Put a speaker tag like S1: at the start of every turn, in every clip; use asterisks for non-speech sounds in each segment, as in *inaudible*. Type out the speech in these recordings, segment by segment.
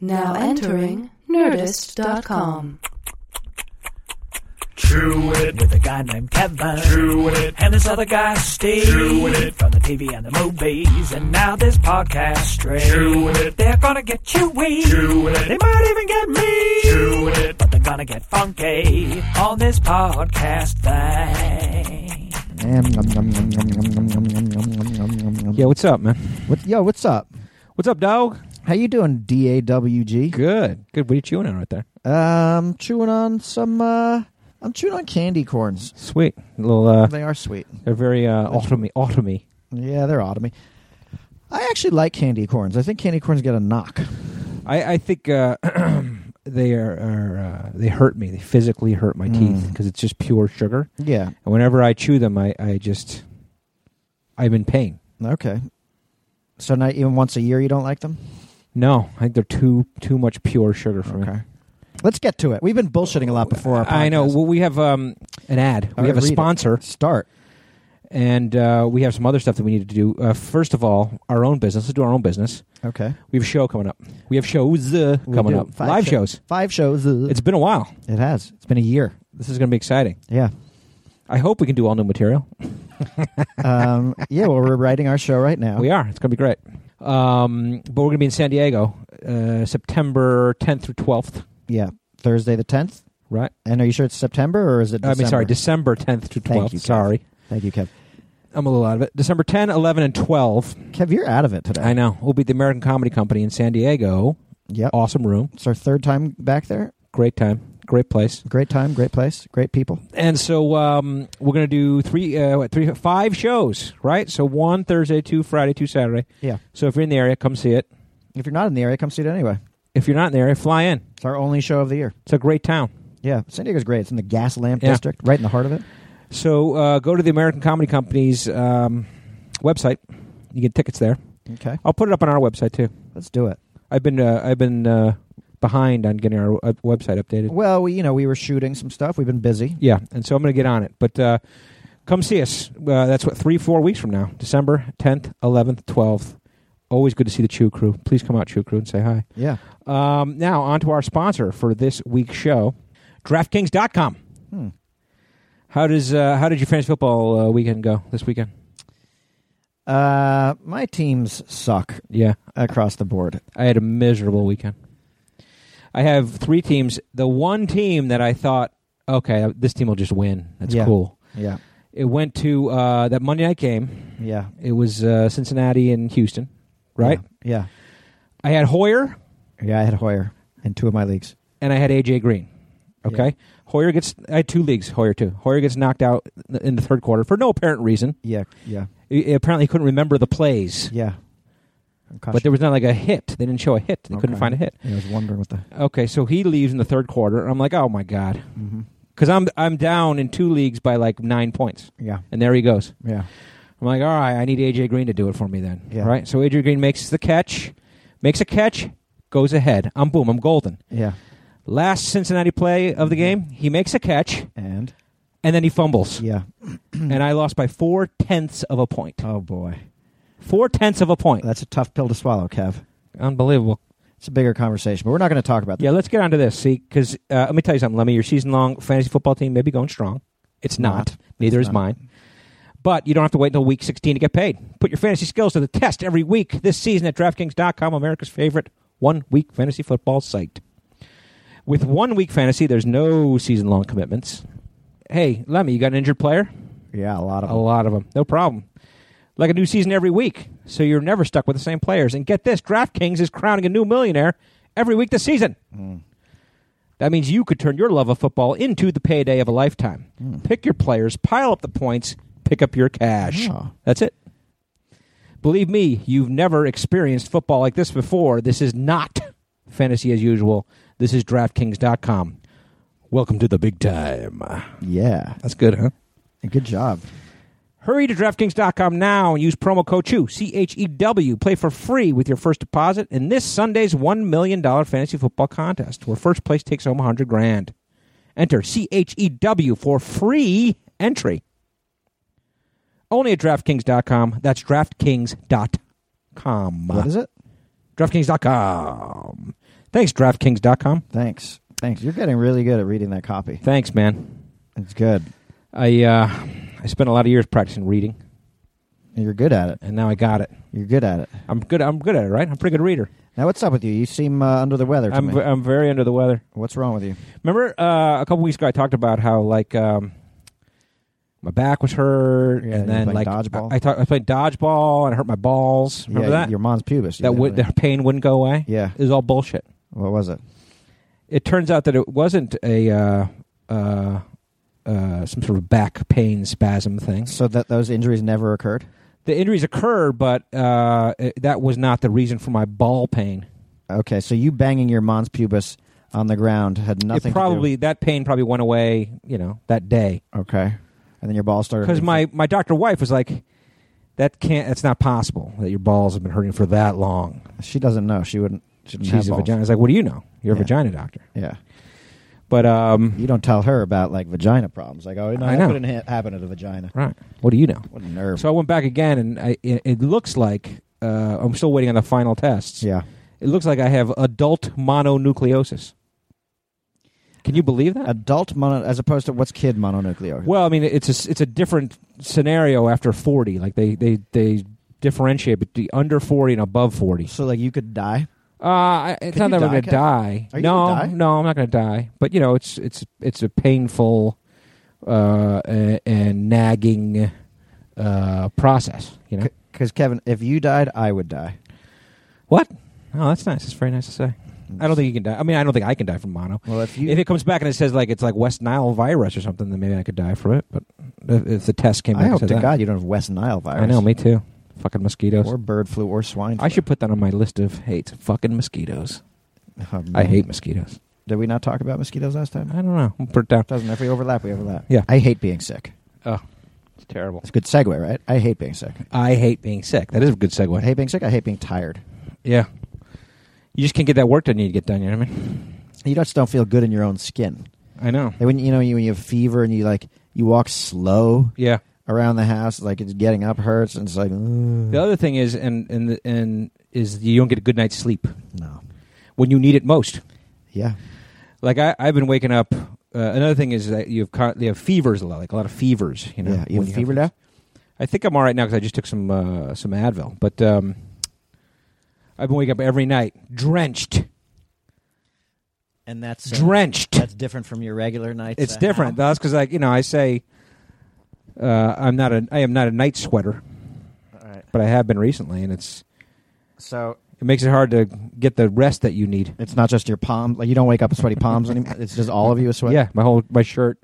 S1: Now entering Nerdist.com.
S2: Truitt with a guy named Kevin. Truitt and this other guy Steve. Truitt from the TV and the movies and now this podcast straight. Truitt they're gonna get you weak. Truitt they might even get me. Truitt but they're gonna get funky on this podcast thing.
S3: Yum, yum, yum, yum, yum, yum, yum, yum, yum, yum, yum, yum, yum, yum.
S4: Yeah, what's up, man?
S3: What, yo, what's up?
S4: What's up, dog?
S3: How you doing, DAWG?
S4: Good. Good. What are you chewing on right there?
S3: Um, chewing on some. uh I'm chewing on candy corns.
S4: Sweet. A little uh
S3: They are sweet.
S4: they're very uh autumny autumny.
S3: Yeah, they're autumny. I actually like candy corns. I think candy corns get a knock.
S4: I, I think uh *clears throat* they are, are uh, they hurt me. They physically hurt my teeth 'cause teeth
S3: Mm.
S4: because it's just pure sugar.
S3: Yeah.
S4: And whenever I chew them I, I just I'm in pain.
S3: Okay. So not even once a year you don't like them.
S4: No, I think they're too too much pure sugar for me.
S3: Let's get to it. We've been bullshitting a lot before our. Podcast.
S4: I know. Well, we have um, an ad.
S3: All
S4: we
S3: right,
S4: have a
S3: read it.
S4: sponsor.
S3: Start.
S4: and uh, we have some other stuff that we need to do. Uh, first of all, our own business. Let's do our own business.
S3: Okay.
S4: We have a show coming up. We have shows uh,
S3: We
S4: coming
S3: do
S4: up.
S3: five
S4: Live
S3: sho-
S4: shows.
S3: Five shows.
S4: It's been a while.
S3: it has. It's been a year.
S4: This is going to be exciting.
S3: Yeah.
S4: I hope we can do all new material.
S3: Um, yeah. Well, we're writing our show right now.
S4: We are. It's going to be great. Um, but we're going to be in San Diego, uh, September 10th through 12th.
S3: Yeah. Thursday the tenth.
S4: Right.
S3: And are you sure it's September or is it? December?
S4: I mean, sorry, December 10th through 12th.
S3: Thank you, Kev.
S4: sorry,
S3: Thank you, Kev.
S4: I'm a little out of it. December 10, 11, and 12.
S3: Kev, you're out of it today.
S4: I know. We'll be at the American Comedy Company in San Diego.
S3: Yep.
S4: Awesome room.
S3: It's our third time back there.
S4: Great time. Great place.
S3: Great time, great place, great people.
S4: and so um, we're going to do three, uh, what, three, five shows, right? So one Thursday, two Friday, two Saturday.
S3: Yeah.
S4: So if you're in the area, come see it.
S3: If you're not in the area, come see it anyway.
S4: If you're not in the area, fly in.
S3: It's our only show of the year.
S4: It's a great town.
S3: Yeah, San Diego's great. It's in the Gas Lamp
S4: Yeah.
S3: District, right in the heart of it.
S4: So uh, go to the American Comedy Company's um, website. You get tickets there.
S3: Okay,
S4: I'll put it up on our website too.
S3: let's do it.
S4: I've been uh, I've been uh, behind on getting our uh, website updated.
S3: Well, we, you know, we were shooting some stuff. We've been busy.
S4: Yeah, and so I'm going to get on it. But uh, come see us. Uh, that's what three, four weeks from now, December 10th, 11th, 12th. Always good to see the Chew Crew. Please come out, Chew Crew, and say hi.
S3: Yeah.
S4: Um, now on to our sponsor for this week's show, DraftKings.com.
S3: Hmm.
S4: How does uh, how did your fantasy football uh, weekend go this weekend?
S3: Uh, my teams suck
S4: Yeah,
S3: across the board.
S4: I had a miserable weekend. I have three teams. The one team that I thought, okay, this team will just win. That's
S3: Yeah.
S4: cool.
S3: Yeah,
S4: It went to uh, that Monday night game.
S3: yeah,
S4: It was uh, Cincinnati and Houston, right?
S3: Yeah,
S4: I had Hoyer
S3: yeah. I had Hoyer in two of my leagues.
S4: and I had AJ Green. Okay,
S3: Yeah.
S4: Hoyer gets I had two leagues. Hoyer too. Hoyer gets knocked out in the third quarter for no apparent reason.
S3: Yeah, yeah,
S4: He- apparently he couldn't remember the plays,
S3: yeah.
S4: but there was not like a hit. They didn't show a hit. They couldn't
S3: Okay.
S4: find a hit.
S3: I was wondering what the.
S4: Okay, so he leaves in the third quarter. and I'm like, oh my god,
S3: Mm-hmm.
S4: because I'm I'm down in two leagues by like nine points,
S3: Yeah,
S4: and there he goes.
S3: yeah.
S4: I'm like, all right, I need AJ Green to do it for me then.
S3: Yeah.
S4: Right. So AJ Green makes the catch, makes a catch, goes ahead. I'm boom. I'm golden.
S3: Yeah.
S4: Last Cincinnati play of the game, he makes a catch
S3: And
S4: and then he fumbles,
S3: yeah.
S4: and I lost by four tenths of a point.
S3: Oh boy.
S4: Four tenths of a point.
S3: That's a tough pill to swallow, Kev.
S4: Unbelievable.
S3: It's a bigger conversation, but we're not going to talk about that.
S4: Yeah, let's get onto this. See, because uh, let me tell you something, Lemmy. Your season-long fantasy football team may be going strong. It's not.
S3: Not.
S4: Neither
S3: It's
S4: is
S3: not.
S4: mine. But you don't have to wait until week 16 to get paid. Put your fantasy skills to the test every week this season at DraftKings.com, America's favorite one-week fantasy football site. With one-week fantasy, there's no season-long commitments. Hey, Lemmy, you got an injured player?
S3: Yeah, a lot of
S4: A lot of them. No problem. Like a new season every week, so you're never stuck with the same players. And get this DraftKings is crowning a new millionaire every week this season. That means you could turn your love of football into the payday of a lifetime. Pick your players, pile up the points, pick up your cash.
S3: Oh.
S4: That's it. Believe me, you've never experienced football like this before. This is not fantasy as usual. This is DraftKings.com. Welcome to the big time.
S3: Yeah.
S4: That's good, huh?
S3: Good job.
S4: Hurry to DraftKings.com now and use promo code CHEW, C H E W. Play for free with your first deposit in this Sunday's $1 million fantasy football contest, where first place takes home 100 grand. Enter C H E W for free entry. Only at DraftKings.com. That's DraftKings.com.
S3: What is it?
S4: DraftKings.com. Thanks, DraftKings.com.
S3: Thanks. Thanks. You're getting really good at reading that copy.
S4: Thanks, man.
S3: It's good.
S4: I uh, I spent a lot of years practicing reading,
S3: You're good at it.
S4: and now I got it.
S3: You're good at it.
S4: I'm good. I'm good at it, right? I'm a pretty good reader.
S3: Now, what's up with you? You seem uh, under the weather to
S4: I'm
S3: me.
S4: v- I'm very under the weather.
S3: what's wrong with you?
S4: Remember uh, a couple weeks ago I talked about how like um, my back was hurt,
S3: Yeah, you
S4: and
S3: were
S4: then
S3: playing
S4: like
S3: dodgeball.
S4: I, I, thought, I played dodgeball and I hurt my balls. Remember
S3: yeah,
S4: that?
S3: your mom's pubis. You
S4: that
S3: did,
S4: would
S3: right?
S4: the pain wouldn't go away.
S3: yeah.
S4: It was all bullshit.
S3: What was it?
S4: It turns out that it wasn't a uh, uh, uh, some sort of back pain spasm thing.
S3: So that those injuries never occurred.
S4: The injuries occur, but uh, it, that was not the reason for my ball pain.
S3: Okay, so you banging your mom's pubis on the ground had nothing.
S4: it probably that pain probably went away. You know that day
S3: to do. okay, and then your ball started
S4: because my my doctor wife was like, "That can't. That's not possible. That your balls have been hurting for that long."
S3: She doesn't know. She wouldn't. She didn't
S4: She's
S3: have
S4: a
S3: balls.
S4: vagina. I was like, "What do you know? You're a
S3: Yeah.
S4: vagina doctor."
S3: Yeah,
S4: But um,
S3: you don't tell her about like vagina problems. Like, oh, no,
S4: I
S3: that
S4: know.
S3: wouldn't ha- happen at a vagina.
S4: right. What do you know?
S3: What a nerve.
S4: So I went back again, and I, it, it looks like uh, I'm still waiting on the final tests.
S3: yeah,
S4: It looks like I have adult mononucleosis. Can you believe that?
S3: adult mono as opposed to what's kid mononucleosis.
S4: well, I mean, it's a s- it's a different scenario after 40. Like they they they differentiate between under 40 and above 40.
S3: so like you could die.
S4: Uh, I- it's
S3: Could you
S4: not that I'm
S3: die,
S4: going to
S3: Kevin?
S4: die.
S3: Are you
S4: no,
S3: gonna die?
S4: no, I'm not going to die. But you know, it's it's it's a painful uh, and, and nagging uh, process. You know.
S3: Because Kevin, if you died, I would die.
S4: What? Oh, that's nice. It's very nice to say. I don't think you can die. I mean, I don't think I can die from mono.
S3: Well, if you,
S4: if it comes back and it says like it's like West Nile virus or something, then maybe I could die from it. But if, if the test came back,
S3: I hope to
S4: said that-
S3: God you don't have West Nile virus.
S4: I know, me too. Fucking mosquitoes.
S3: Or bird flu or swine.
S4: I should put that on my list of hates. Fucking mosquitoes.
S3: flu. Oh,
S4: I
S3: man.
S4: hate mosquitoes.
S3: Did we not talk about mosquitoes last time?
S4: I don't know. I'll put it down.
S3: Doesn't. If we overlap, we overlap.
S4: Yeah.
S3: I hate being sick.
S4: It's terrible.
S3: It's a good segue, right? I hate being sick.
S4: I hate being sick. That is a good
S3: I
S4: segue.
S3: hate being sick. I hate being tired.
S4: Yeah. You just can't get that work done. You need to get done. You know what I mean?
S3: You just don't feel good in your own skin.
S4: I know.
S3: Like when you know you, when you have fever and you like you walk slow
S4: Yeah.
S3: around the house, like it's getting up hurts, and it's like "Ugh."
S4: The other thing is, and and the- and is you don't get a good night's sleep
S3: no,
S4: when you need it most.
S3: yeah,
S4: Like I, I've been waking up. Uh, another thing is that you have con- you have fevers a lot, like a lot of fevers. You know,
S3: yeah. You
S4: when
S3: have fever
S4: these.
S3: now?
S4: I think I'm all right now because I just took some uh, some Advil. But um, I've been waking up every night drenched,
S3: and that's uh,
S4: drenched.
S3: That's different from your regular nights.
S4: It's different. That's because like you know I say uh, I'm not a I am not a night sweater,
S3: All right.
S4: but I have been recently, and it's
S3: So
S4: it makes it hard to get the rest that you need.
S3: it's not just your palm. Like you don't wake up with sweaty palms anymore. *laughs* It's just all of you with sweat.
S4: Yeah, my whole my shirt,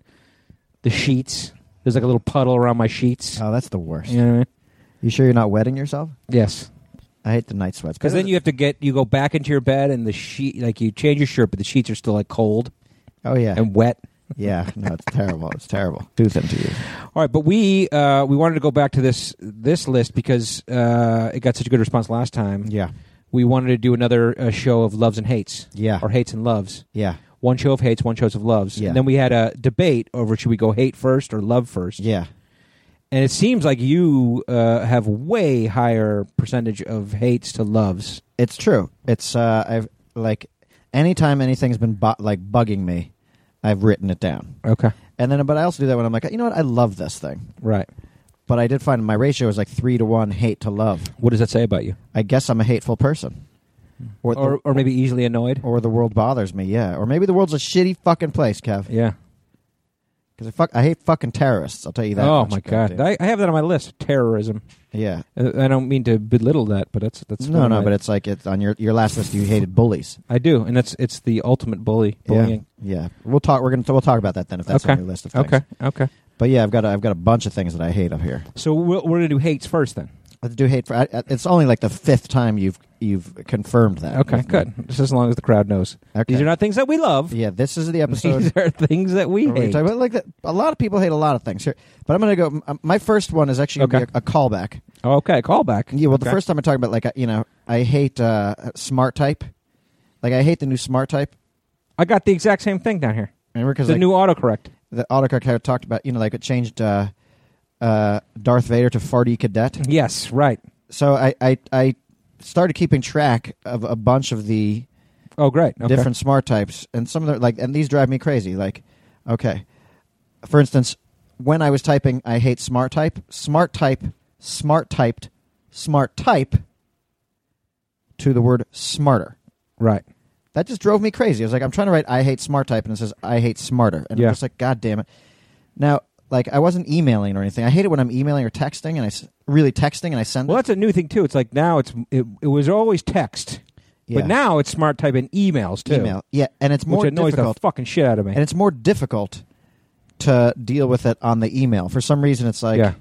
S4: the sheets. There's like a little puddle around my sheets.
S3: Oh, that's the worst.
S4: You know what I mean?
S3: You sure you're not wetting yourself?
S4: Yes.
S3: I hate the night sweats
S4: Because then you have to get you go back into your bed and the sheet like you change your shirt, but the sheets are still like cold
S3: Oh yeah.
S4: and wet.
S3: Yeah, no, it's terrible. It's terrible. Tooth into you.
S4: All right, but we uh, we wanted to go back to this this list because uh, it got such a good response last time.
S3: Yeah,
S4: We wanted to do another uh, show of loves and hates
S3: yeah,
S4: or hates and loves.
S3: yeah,
S4: One show of hates, one show of loves.
S3: Yeah.
S4: And then we had a debate over should we go hate first or love first.
S3: yeah.
S4: And it seems like you uh, have way higher percentage of hates to loves.
S3: It's true. It's uh, I've like anytime anything's been bu- like bugging me, I've written it down,
S4: Okay.
S3: and then but I also do that when I'm like, you know what, I love this thing,
S4: Right.
S3: but I did find my ratio is like three to one hate to love.
S4: What does that say about you?
S3: I guess I'm a hateful person, or
S4: Hmm. Or, or maybe easily annoyed.
S3: the, or the world bothers me. Yeah, or maybe the world's a shitty fucking place, Kev.
S4: yeah.
S3: Because I fuck, I hate fucking terrorists. I'll tell you that.
S4: Oh
S3: much,
S4: my god,
S3: goddamn.
S4: I, I have that on my list. Terrorism.
S3: yeah.
S4: Uh, I don't mean to belittle that, but that's that's one
S3: No,
S4: of
S3: no,
S4: my-
S3: but it's like it's on your your last list. You hated bullies.
S4: I do, and that's it's the ultimate bully bullying.
S3: Yeah, yeah. We'll talk. We're gonna we'll talk about that then if that's
S4: Okay.
S3: on your list of things.
S4: Okay, okay.
S3: But yeah, I've got a, I've got a bunch of things that I hate up here.
S4: So we're, we're gonna do hates first, then.
S3: I do hate for. I, I- it's only like the fifth time you've you've confirmed that.
S4: Okay,
S3: with me.
S4: good. Just as long as the crowd knows,
S3: Okay.
S4: these are not things that we love.
S3: yeah, this is the
S4: *laughs* these
S3: episode.
S4: are things that we
S3: where we
S4: hate.
S3: talk about like that. A lot of people hate a lot of things here, but I'm gonna go. m- um, My first one is actually gonna
S4: Okay.
S3: be a, a callback.
S4: Oh, okay, call back.
S3: Yeah, well, the
S4: Okay.
S3: first time I talk about like I- you know I hate uh, smart type. Like I hate the new smart type.
S4: I got the exact same thing down here.
S3: Remember because
S4: The new autocorrect.
S3: the autocorrect had talked about you know like it changed uh, uh, Darth Vader to farty cadet.
S4: Mm-hmm. Yes, right.
S3: so I, I I started keeping track of a bunch of the
S4: Oh, great. Okay.
S3: different smart types, and some of them like and these drive me crazy. Like, okay, for instance, when I was typing, I hate smart type, smart type, smart typed, smart type to the word smarter.
S4: Right.
S3: That just drove me crazy. I was like, I'm trying to write I hate smart type, and it says I hate smarter, and
S4: Yeah.
S3: I'm just like, God damn it. Now, like, I wasn't emailing or anything. I hate it when I'm emailing or texting, and I s- really texting, and I send.
S4: Well,
S3: it.
S4: that's a new thing too. It's like now it's it, it was always text,
S3: Yeah.
S4: but now it's smart type in emails too.
S3: email, yeah, and it's more
S4: which annoys
S3: difficult.
S4: the fucking shit out of me.
S3: and it's more difficult to deal with it on the email. For some reason, it's like
S4: Yeah.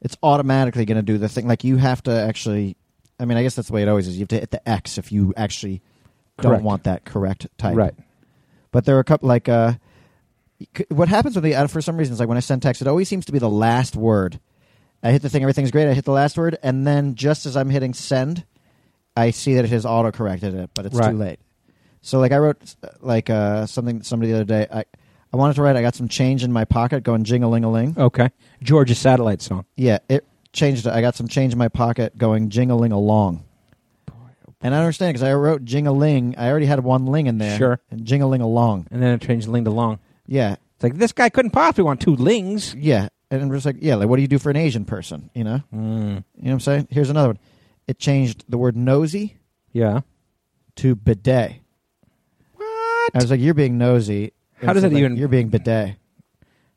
S3: it's automatically going to do the thing. Like you have to actually. I mean, I guess that's the way it always is. You have to hit the X if you actually
S4: Correct.
S3: don't want that correct type.
S4: Right.
S3: But there are a couple like uh, c- what happens with the uh, for some reason is like when I send text, it always seems to be the last word. I hit the thing, everything's great. I hit the last word, and then just as I'm hitting send, I see that it has auto corrected it, but it's
S4: Right.
S3: too late. So like I wrote uh, like uh, something somebody the other day. I I wanted to write. I got some change in my pocket, going jing a ling a ling.
S4: Okay. Georgia satellite song.
S3: Yeah, it changed. it. I got some change in my pocket going jing a ling along. And I don't understand because I wrote jing a ling. I already had one ling in there.
S4: Sure.
S3: And jing a ling along.
S4: And then it changed Ling to Long.
S3: Yeah.
S4: It's like this guy couldn't possibly want two Lings.
S3: Yeah. And I'm just like, yeah, like what do you do for an Asian person? You know?
S4: Mm.
S3: You know what I'm saying? Here's another one. It changed the word nosy
S4: Yeah.
S3: to bidet.
S4: What?
S3: I was like, you're being nosy.
S4: How
S3: It's
S4: does that
S3: like,
S4: even-
S3: You're being bidet.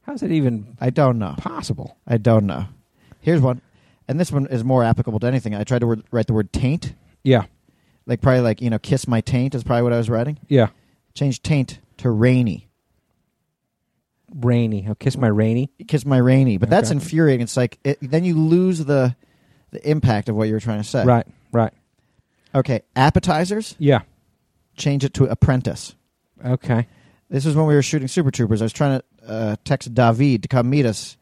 S4: How's that even
S3: I don't know.
S4: possible?
S3: I don't know. Here's one. And this one is more applicable to anything. I tried to word, write the word taint.
S4: Yeah.
S3: Like probably like, you know, kiss my taint is probably what I was writing.
S4: Yeah.
S3: Change taint to rainy.
S4: Rainy. I'll kiss my rainy.
S3: Kiss my rainy. But that's
S4: Okay.
S3: infuriating. It's like it, then you lose the the impact of what you were trying to say.
S4: Right. Right.
S3: Okay. Appetizers,
S4: Yeah.
S3: change it to apprentice.
S4: Okay.
S3: This was when we were shooting Super Troopers. I was trying to uh, text David to come meet us,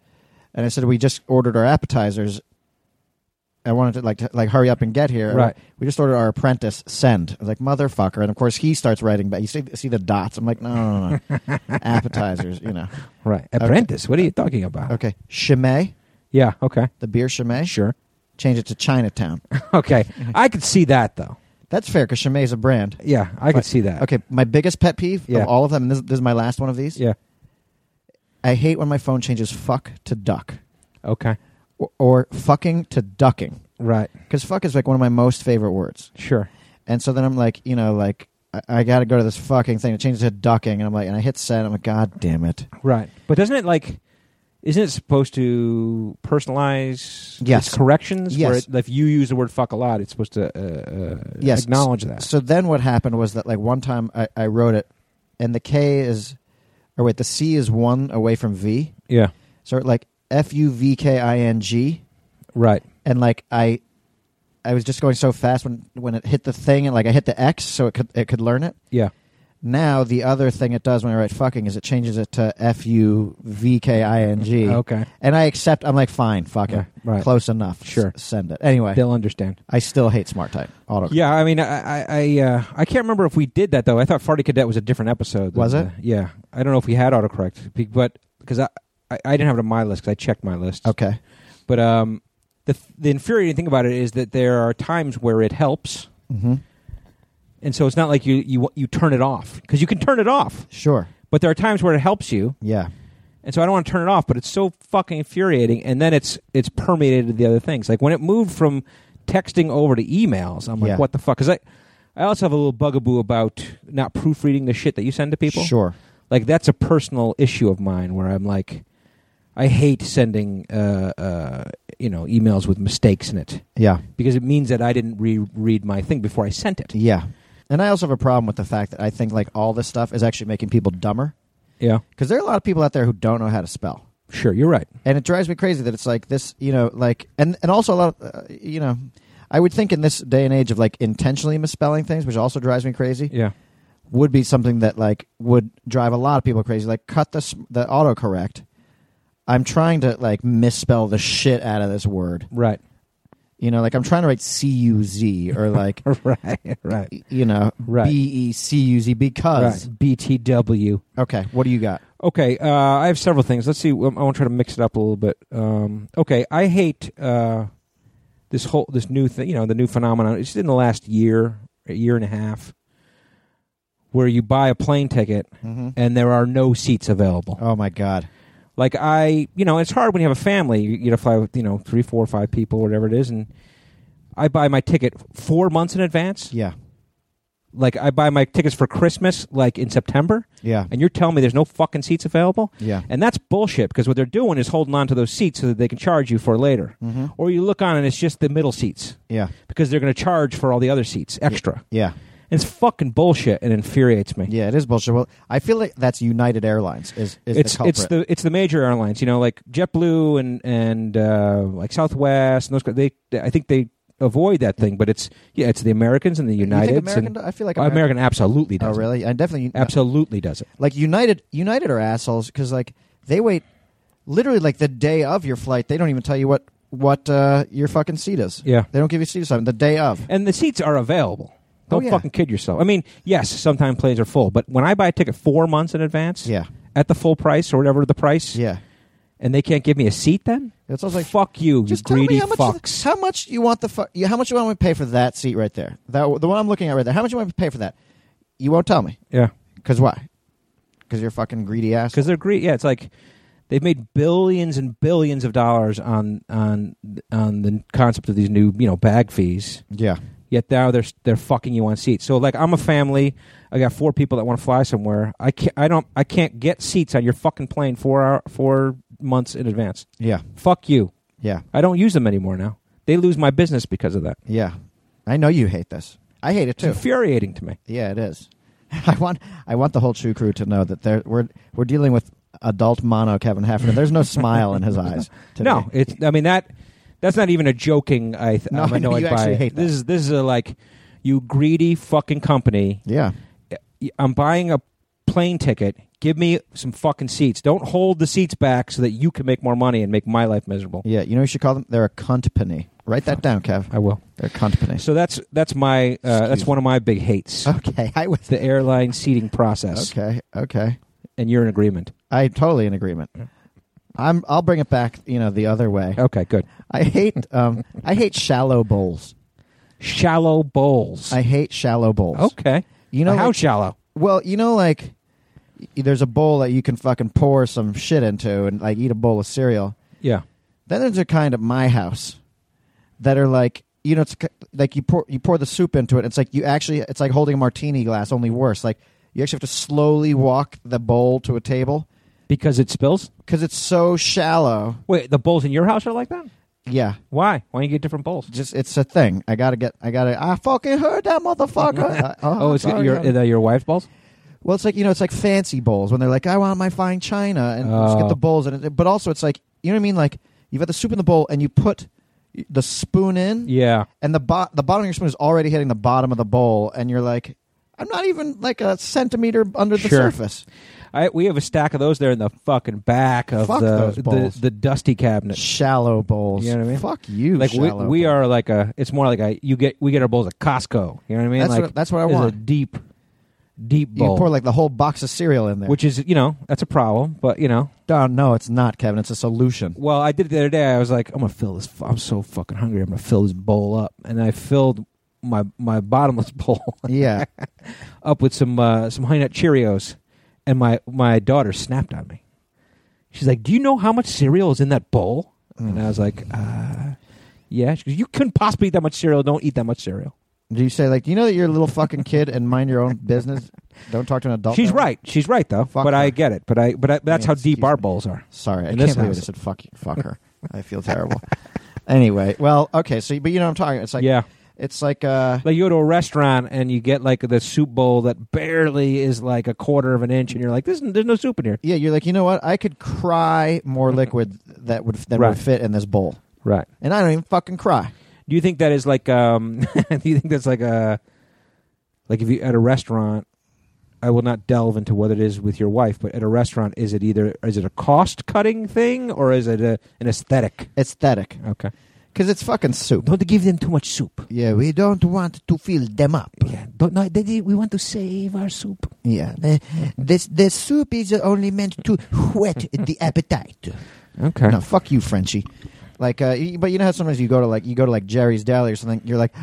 S3: and I said we just ordered our appetizers. I wanted to like to, like hurry up and get here.
S4: Right.
S3: We just ordered our apprentice send. I was like motherfucker, and of course he starts writing back. You see, see the dots. I'm like no no no,
S4: *laughs*
S3: no. appetizers. You know.
S4: Right. Apprentice. What are you talking about?
S3: Okay. Chimay,
S4: Yeah. Okay. *laughs*
S3: the beer Chimay.
S4: Sure.
S3: Change it to Chinatown.
S4: Okay. I could see that though.
S3: That's fair because Chimay is a brand.
S4: Yeah. I could see that.
S3: Okay. My biggest pet peeve
S4: Yeah.
S3: of all of them. And this, this is my last one of these.
S4: Yeah.
S3: I hate when my phone changes fuck to duck.
S4: Okay.
S3: or, or fucking to ducking
S4: Right.
S3: because fuck is like one of my most favorite words
S4: Sure.
S3: and so then i'm like you know like i, I gotta go to this fucking thing it changes to ducking and i'm like and i hit send i'm like god damn it
S4: Right. But doesn't it like isn't it supposed to personalize
S3: Yes.
S4: its corrections? Where
S3: Yes.
S4: it, if you use the word fuck a lot, it's supposed to uh, uh,
S3: Yes.
S4: acknowledge that.
S3: so then what happened was that like one time i, I wrote it and the k is or wait the c is one away from v
S4: Yeah.
S3: so like f-u-v-k-i-n-g
S4: Right.
S3: and like i i was just going so fast when when it hit the thing and like i hit the x so it could it could learn it
S4: Yeah.
S3: Now the other thing it does when I write fucking is it changes it to F U V K I N G.
S4: Okay.
S3: And I accept I'm like fine, fuck it.
S4: Oh. Yeah, right.
S3: Close enough.
S4: Sure.
S3: S- send it. Anyway.
S4: They'll understand.
S3: I still hate smart type. Auto
S4: Yeah, I mean, I I I, uh, I can't remember if we did that though. I thought Farty Cadet was a different episode. than
S3: Was it?
S4: the- yeah, I don't know if we had autocorrect, be- but because I, I I didn't have it on my list 'cause I checked my list.
S3: Okay.
S4: But um, the the infuriating thing about it is that there are times where it helps,
S3: hmm
S4: and so it's not like you you you turn it off because you can turn it off.
S3: Sure.
S4: But there are times where it helps you,
S3: Yeah.
S4: and so I don't want to turn it off. But it's so fucking infuriating, and then it's it's permeated the other things. Like when it moved from texting over to emails, I'm like,
S3: Yeah.
S4: what the fuck? Because I I also have a little bugaboo about not proofreading the shit that you send to people.
S3: Sure.
S4: Like that's a personal issue of mine where I'm like, I hate sending uh, uh, you know emails with mistakes in it
S3: Yeah.
S4: because it means that I didn't reread my thing before I sent it.
S3: Yeah. And I also have a problem with the fact that I think like all this stuff is actually making people dumber
S4: Yeah,
S3: because there are a lot of people out there who don't know how to spell.
S4: sure, you're right.
S3: and it drives me crazy that it's like this you know like and and also a lot of uh, you know i would think in this day and age of like intentionally misspelling things which also drives me crazy
S4: Yeah,
S3: would be something that like would drive a lot of people crazy like cut the s- the autocorrect i'm trying to like misspell the shit out of this word
S4: right, *laughs*
S3: you know like i'm trying to write c-u-z or like
S4: right, right.
S3: y- you know E
S4: Right.
S3: b-e-c-u-z
S4: Right.
S3: because
S4: BTW.
S3: okay what do you got
S4: Okay, uh, I have several things. Let's see. um, I want to try to mix it up a little bit. Um, okay, I hate uh, this whole this new thing. You know, the new phenomenon. It's in the last year, a year and a half, where you buy a plane ticket and there are no seats available.
S3: Mm-hmm. Oh my god.
S4: Like I, you know, it's hard when you have a family. You you to fly with you know three, four, five people, whatever it is, and I buy my ticket four months in advance.
S3: Yeah.
S4: Like I buy my tickets for Christmas, like in September,
S3: Yeah.
S4: and you're telling me there's no fucking seats available.
S3: Yeah.
S4: And that's bullshit because what they're doing is holding on to those seats so that they can charge you for later.
S3: Mhm.
S4: Or you look on and it's just the middle seats
S3: Yeah.
S4: because they're going to charge for all the other seats extra.
S3: Yeah.
S4: It's fucking bullshit and infuriates me.
S3: Yeah, it is bullshit. Well, I feel like that's United Airlines is, is
S4: it's
S3: the culprit.
S4: it's the it's the major airlines, you know, like JetBlue and and uh, like Southwest and those. guys, They they- I think they avoid that thing, but it's yeah, it's the Americans and the
S3: You think
S4: United. Oh,
S3: American do- I feel like
S4: American, absolutely
S3: Oh
S4: does. it.
S3: really? I definitely
S4: Absolutely does it.
S3: like United United are assholes because like they wait literally like the day of your flight they don't even tell you what what uh, your fucking seat is.
S4: Yeah.
S3: They don't give you seat assignment the day of.
S4: And the seats are available. Don't
S3: Oh, yeah.
S4: fucking kid yourself. I mean, yes, sometimes planes are full, but when I buy a ticket four months in advance,
S3: Yeah.
S4: at the full price or whatever the price,
S3: Yeah.
S4: and they can't give me a seat, then
S3: It's also like
S4: fuck you, you
S3: just
S4: greedy
S3: tell me how much
S4: fucks.
S3: how much you want the fu- you- how much you want me to pay for that seat right there. That the one I'm looking at right there. How much you want me to pay for that? You won't tell me
S4: yeah,
S3: cuz why? Cuz you're a fucking greedy ass.
S4: because they're greedy. Yeah, it's like they've made billions and billions of dollars on on on the concept of these new you know bag fees.
S3: Yeah.
S4: Yet now they're they're fucking you on seats. So like I'm a family, I got four people that want to fly somewhere. I can't I don't I can't get seats on your fucking plane four hour, four months in advance.
S3: Yeah.
S4: Fuck you.
S3: Yeah.
S4: I don't use them anymore now. They lose my business because of that.
S3: Yeah. I know you hate this. I hate it
S4: It's
S3: too.
S4: infuriating to me.
S3: Yeah, it is. *laughs* I want I want the whole Chew crew to know that they're, we're we're dealing with adult mono Kevin Heffernan. There's *laughs* no smile in his eyes. Today.
S4: No, it's I mean that that's not even a joking. I th-
S3: No,
S4: I'm
S3: I know
S4: annoyed
S3: you
S4: by
S3: actually
S4: it.
S3: hate that.
S4: this is this is a like you greedy fucking company.
S3: Yeah.
S4: I'm buying a plane ticket. Give me some fucking seats. Don't hold the seats back so that you can make more money and make my life miserable.
S3: Yeah. You know what you should call them? They're a company. Write that down, Kev.
S4: I will.
S3: They're a company.
S4: So that's that's my uh, that's
S3: Excuse
S4: one of my big hates.
S3: Okay. I was.
S4: the airline seating
S3: *laughs*
S4: process,
S3: Okay. Okay.
S4: and you're in agreement.
S3: I totally in agreement. I'm. I'll bring it back. You know, the other way.
S4: Okay, good.
S3: I hate. Um. I hate shallow bowls.
S4: Shallow bowls.
S3: I hate shallow bowls.
S4: okay.
S3: You know
S4: how
S3: like-
S4: shallow?
S3: Well, you know, like y- there's a bowl that you can fucking pour some shit into and like eat a bowl of cereal.
S4: Yeah.
S3: Then there's a kind of my house that are like you know it's c- like you pour you pour the soup into it. It's like you actually it's like holding a martini glass, only worse. Like you actually have to slowly walk the bowl to a table
S4: Because it spills.
S3: because it's so shallow.
S4: Wait, the bowls in your house are like that?
S3: Yeah,
S4: Why? Why don't you get different bowls?
S3: just it's a thing. I gotta get. I gotta. I fucking heard that
S4: *laughs*
S3: motherfucker. I-
S4: Oh, it's
S3: sorry,
S4: your
S3: I'm-
S4: uh, your wife's balls.
S3: Well, it's like you know, it's like fancy bowls when they're like, "I want my fine china," and you just
S4: Oh.
S3: get the bowls. And it, but also, it's like you know what I mean. Like you've got the soup in the bowl, and you put the spoon in,
S4: Yeah,
S3: and the bo- the bottom of your spoon is already hitting the bottom of the bowl, and you're like, "I'm not even like a centimeter under the
S4: Sure.
S3: surface."
S4: I, we have a stack of those there in the fucking back of
S3: Fuck
S4: the,
S3: those
S4: the
S3: bowls.
S4: the dusty cabinet.
S3: Shallow bowls.
S4: You know what I mean?
S3: Fuck you.
S4: like we,
S3: shallow
S4: we
S3: bowl.
S4: are like a. It's more like a. You get we get our bowls at Costco. You know what I mean?
S3: That's
S4: like
S3: what- that's what I
S4: it's A
S3: want.
S4: deep, deep
S3: You
S4: bowl.
S3: pour like the whole box of cereal in there.
S4: which is you know that's a problem, but you know.
S3: oh, no, it's not, Kevin. It's a
S4: *laughs*
S3: solution.
S4: Well, I did it the other day. I was like, I'm gonna fill this. I'm so fucking hungry. I'm gonna fill this bowl up, and I filled my my bottomless *laughs* bowl
S3: Yeah.
S4: up with some uh, some honey nut Cheerios, and my my daughter snapped on me. She's like, "Do you know how much cereal is in that bowl?" And I was like, uh, "Yeah." She goes, "You couldn't possibly eat that much cereal. Don't eat that much cereal."
S3: Do you say like, "Do you know that you're a little fucking kid and mind *laughs* your own business? Don't talk to an adult."
S4: She's
S3: that way?"
S4: right. She's right though.
S3: Fuck
S4: but I
S3: her.
S4: get it. But I but I, that's
S3: Yeah,
S4: how deep
S3: excuse
S4: our
S3: me.
S4: bowls are.
S3: Sorry, I
S4: In
S3: can't
S4: this
S3: believe I
S4: house.
S3: just said fuck, fuck *laughs* her. I feel terrible. anyway, well, okay, so but you know what I'm talking. It's like
S4: yeah.
S3: it's like uh,
S4: Like you go to a restaurant and you get like the soup bowl that barely is like a quarter of an inch, and you're like, "This there's no soup in here."
S3: yeah, you're like you know what? I could cry more liquid that would than
S4: Right.
S3: would fit in this bowl,
S4: Right.
S3: and I don't even fucking cry.
S4: Do you think that is like um *laughs* do you think that's like a like if you at a restaurant I will not delve into what it is with your wife, but at a restaurant is it either is it a cost cutting thing or is it a, an aesthetic?
S3: Aesthetic,
S4: Okay.
S3: because it's fucking soup.
S4: Don't give them too much soup.
S3: Yeah, we don't want to fill them up.
S4: Yeah. Don't no, they, they- we want to save our soup.
S3: Yeah, Uh, this this soup is only meant to whet the appetite.
S4: Okay.
S3: No, fuck you, Frenchie. Like, uh, y- but you know how sometimes you go to like you go to like Jerry's Deli or something. You're like,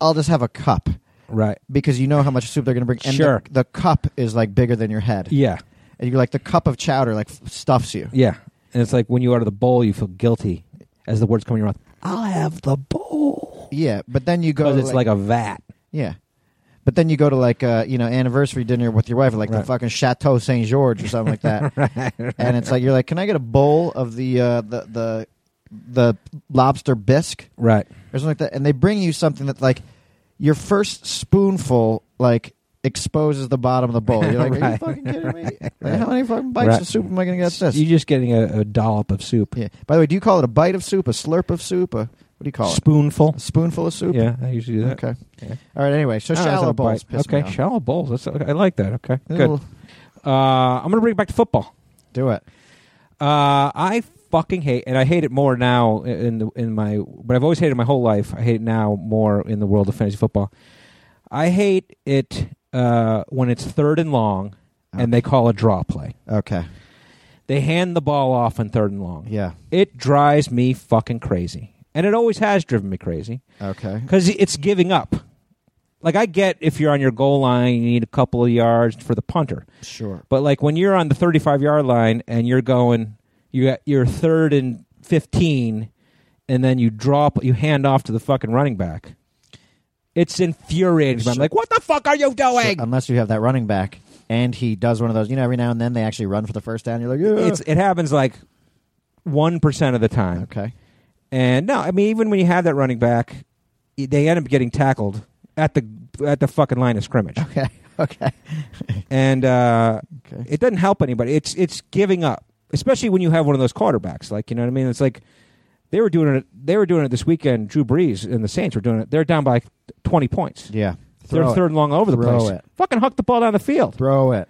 S3: I'll just have a cup,
S4: Right.
S3: because you know how much soup they're going to bring. And
S4: Sure.
S3: the, the cup is like bigger than your head.
S4: Yeah.
S3: And you're like, the cup of chowder like f- stuffs you.
S4: Yeah. And it's like when you out of the bowl, you feel guilty as the words come in your mouth. I'll have the bowl
S3: Yeah. But then you go.
S4: because
S3: to,
S4: it's like, a vat.
S3: Yeah. But then you go to like uh, you know anniversary dinner with your wife, like the
S4: Right.
S3: fucking Chateau Saint Georges or something like that,
S4: *laughs*
S3: and it's like you're like, can I get a bowl of the uh, the the the lobster bisque
S4: Right.
S3: or something like that? And they bring you something that like your first spoonful like exposes the bottom of the bowl. You're like, are you
S4: *laughs* Right.
S3: fucking kidding me? Like, how many fucking bites
S4: Right.
S3: of soup am I gonna get at this?
S4: You're just getting a, a dollop of soup.
S3: yeah. By the way, do you call it a bite of soup, a slurp of soup, a what do you call it?
S4: Spoonful.
S3: A spoonful of soup.
S4: Yeah, I usually do that.
S3: Okay. Oh,
S4: Yeah.
S3: All right. Anyway, so
S4: I don't know,
S3: shallow
S4: that's a
S3: bowls.
S4: bite.
S3: piss me
S4: Okay,
S3: off.
S4: shallow bowls. That's, I like that. Okay, good.
S3: It'll
S4: Uh, I'm gonna bring it back to football.
S3: Do it.
S4: Uh, I fucking hate, and I hate it more now in the, in my, but I've always hated it my whole life. I hate it now more in the world of fantasy football. I hate it uh, when it's third and long, and they call a draw play.
S3: Okay.
S4: They hand the ball off on third and long.
S3: Yeah.
S4: It drives me fucking crazy, and it always has driven me crazy
S3: Okay.
S4: because it's giving up. Like I get if you're on your goal line, you need a couple of yards for the punter.
S3: Sure.
S4: But like when you're on the 35 yard line and you're going, you got you're third and 15, and then you drop, you hand off to the fucking running back. It's infuriating. I'm
S3: Sure.
S4: like, what the fuck are you doing?
S3: Unless you have that running back and he does one of those, you know, every now and then they actually run for the first down. You're like, yeah.
S4: It's it happens like one percent of the time.
S3: okay. *laughs*
S4: And no, I mean even when you have that running back, y- they end up getting tackled at the at the fucking line of scrimmage,
S3: Okay. Okay.
S4: and uh,
S3: Okay.
S4: it doesn't help anybody. It's it's giving up, especially when you have one of those quarterbacks. Like you know what I mean? It's like they were doing it. They were doing it this weekend. Drew Brees and the Saints were doing it. They're down by twenty points.
S3: Yeah.
S4: They're
S3: Throw it.
S4: third and long all over the
S3: Throw
S4: place.
S3: it.
S4: Fucking huck the ball down the field.
S3: Throw it.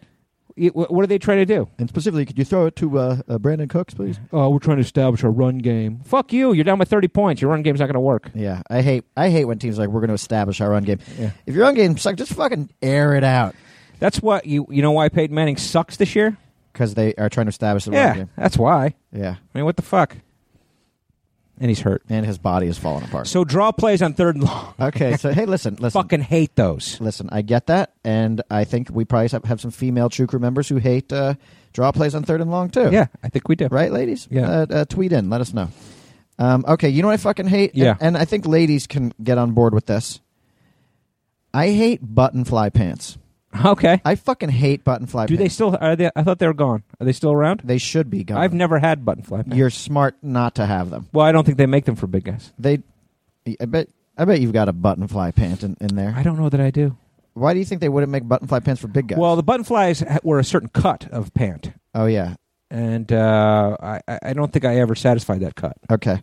S4: You- wh- What are they trying to do?
S3: And specifically, could you throw it to uh, uh, Brandon Cooks, please?
S4: Oh, we're trying to establish a run game. Fuck you. You're down by thirty points. Your run game's not going to work.
S3: Yeah, I hate I hate when teams are like we're going to establish our run game.
S4: Yeah.
S3: If your run game sucks, just fucking air it out
S4: That's what you. You know why Peyton Manning sucks this year?
S3: because they are trying to establish the run
S4: Yeah,
S3: game.
S4: that's why.
S3: Yeah,
S4: I mean, what the fuck? And he's hurt.
S3: and his body is falling apart.
S4: So draw plays on third and long.
S3: *laughs* okay, so hey, listen, listen,
S4: Fucking hate those.
S3: listen. I get that, and I think we probably have- have some female True Crew members who hate uh, draw plays on third and long too.
S4: Yeah, I think we do.
S3: right, ladies?
S4: Yeah.
S3: Uh, uh, tweet in. Let us know. Um, okay, you know what I fucking hate?
S4: Yeah.
S3: And, and I think ladies can get on board with this. I hate button fly pants.
S4: *laughs* Okay.
S3: I fucking hate button fly
S4: Do they
S3: pants.
S4: still? Are they? I thought they were gone. Are they still around?
S3: They should be gone.
S4: I've never had button fly pants.
S3: You're smart not to have them.
S4: well, I don't think they make them for big guys.
S3: They. I bet. I bet you've got a button fly pant in, in there.
S4: I don't know that I do.
S3: Why do you think they wouldn't make button fly pants for big guys?
S4: Well, the button flies ha- were a certain cut of pant,
S3: oh yeah.
S4: and uh, I, I I don't think I ever satisfied that cut.
S3: Okay.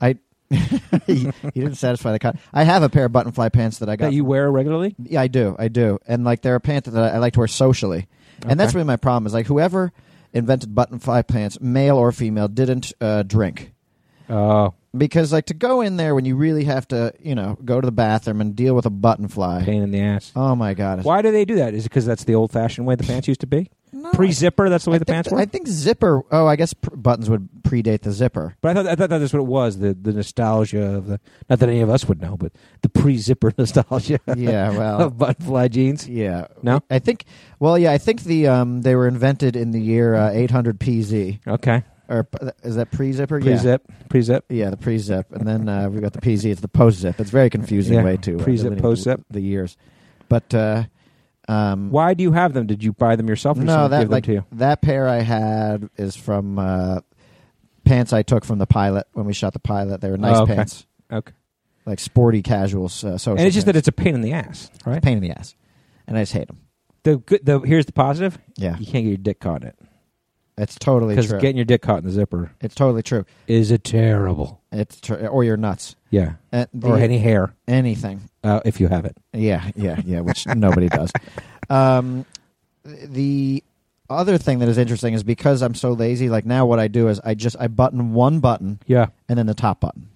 S3: I. *laughs* you didn't satisfy the cut. I have a pair of button fly pants that I got
S4: That you wear regularly?
S3: Yeah, I do. I do. And like they're a pant that I, I like to wear socially.
S4: Okay.
S3: And that's really my problem is like whoever invented button fly pants, male or female, didn't uh, drink.
S4: Oh,
S3: Because like to go in there when you really have to, you know, go to the bathroom and deal with a button fly.
S4: pain in the ass.
S3: Oh my god. it's-
S4: Why do they do that? Is it because that's the old-fashioned
S3: *laughs*
S4: way the pants used to be?
S3: No,
S4: Pre-zipper, that's
S3: I
S4: the way the
S3: think
S4: pants
S3: th-
S4: were.
S3: I think zipper. Oh, I guess pr- buttons would predate the zipper.
S4: But I thought I thought that's what it was the the nostalgia of the not that any of us would know, but the pre-zipper *laughs* nostalgia *laughs*
S3: Yeah, well,
S4: of button fly jeans.
S3: yeah.
S4: Oh. No?
S3: I think. Well, yeah, I think the um they were invented in the year uh, 800 PZ
S4: Okay,
S3: or p- is that pre zipper? Yeah.
S4: pre-zip, pre-zip.
S3: Yeah, the pre-zip, and then uh, we got the PZ. It's the post-zip. It's a very confusing
S4: Yeah,
S3: way to uh,
S4: pre-zip,
S3: delineate
S4: post-zip.
S3: the years. But uh, um,
S4: Why do you have them? Did you buy them yourself? Or did
S3: no,
S4: someone
S3: that
S4: give
S3: like
S4: them to you?
S3: that pair I had is from uh, pants I took from the pilot when we shot the pilot. They were nice
S4: Oh, okay.
S3: pants,
S4: Okay,
S3: like sporty casuals. Uh, social
S4: and it's just that
S3: pants.
S4: it's a pain in the ass, right?
S3: pain in the ass, and I just hate them.
S4: The good, the here's the positive:
S3: Yeah,
S4: you can't get your dick caught in it
S3: it's totally
S4: because
S3: true.
S4: getting your dick caught in the zipper
S3: it's totally true.
S4: is a terrible.
S3: It's tr- or you're nuts
S4: Yeah,
S3: Uh, the-
S4: or any hair
S3: anything.
S4: uh, if you have it.
S3: Yeah, yeah, yeah,
S4: *laughs*
S3: which nobody does. Um, the other thing that is interesting is because I'm so lazy, like now what I do is I just I button one button
S4: Yeah.
S3: and then the top button.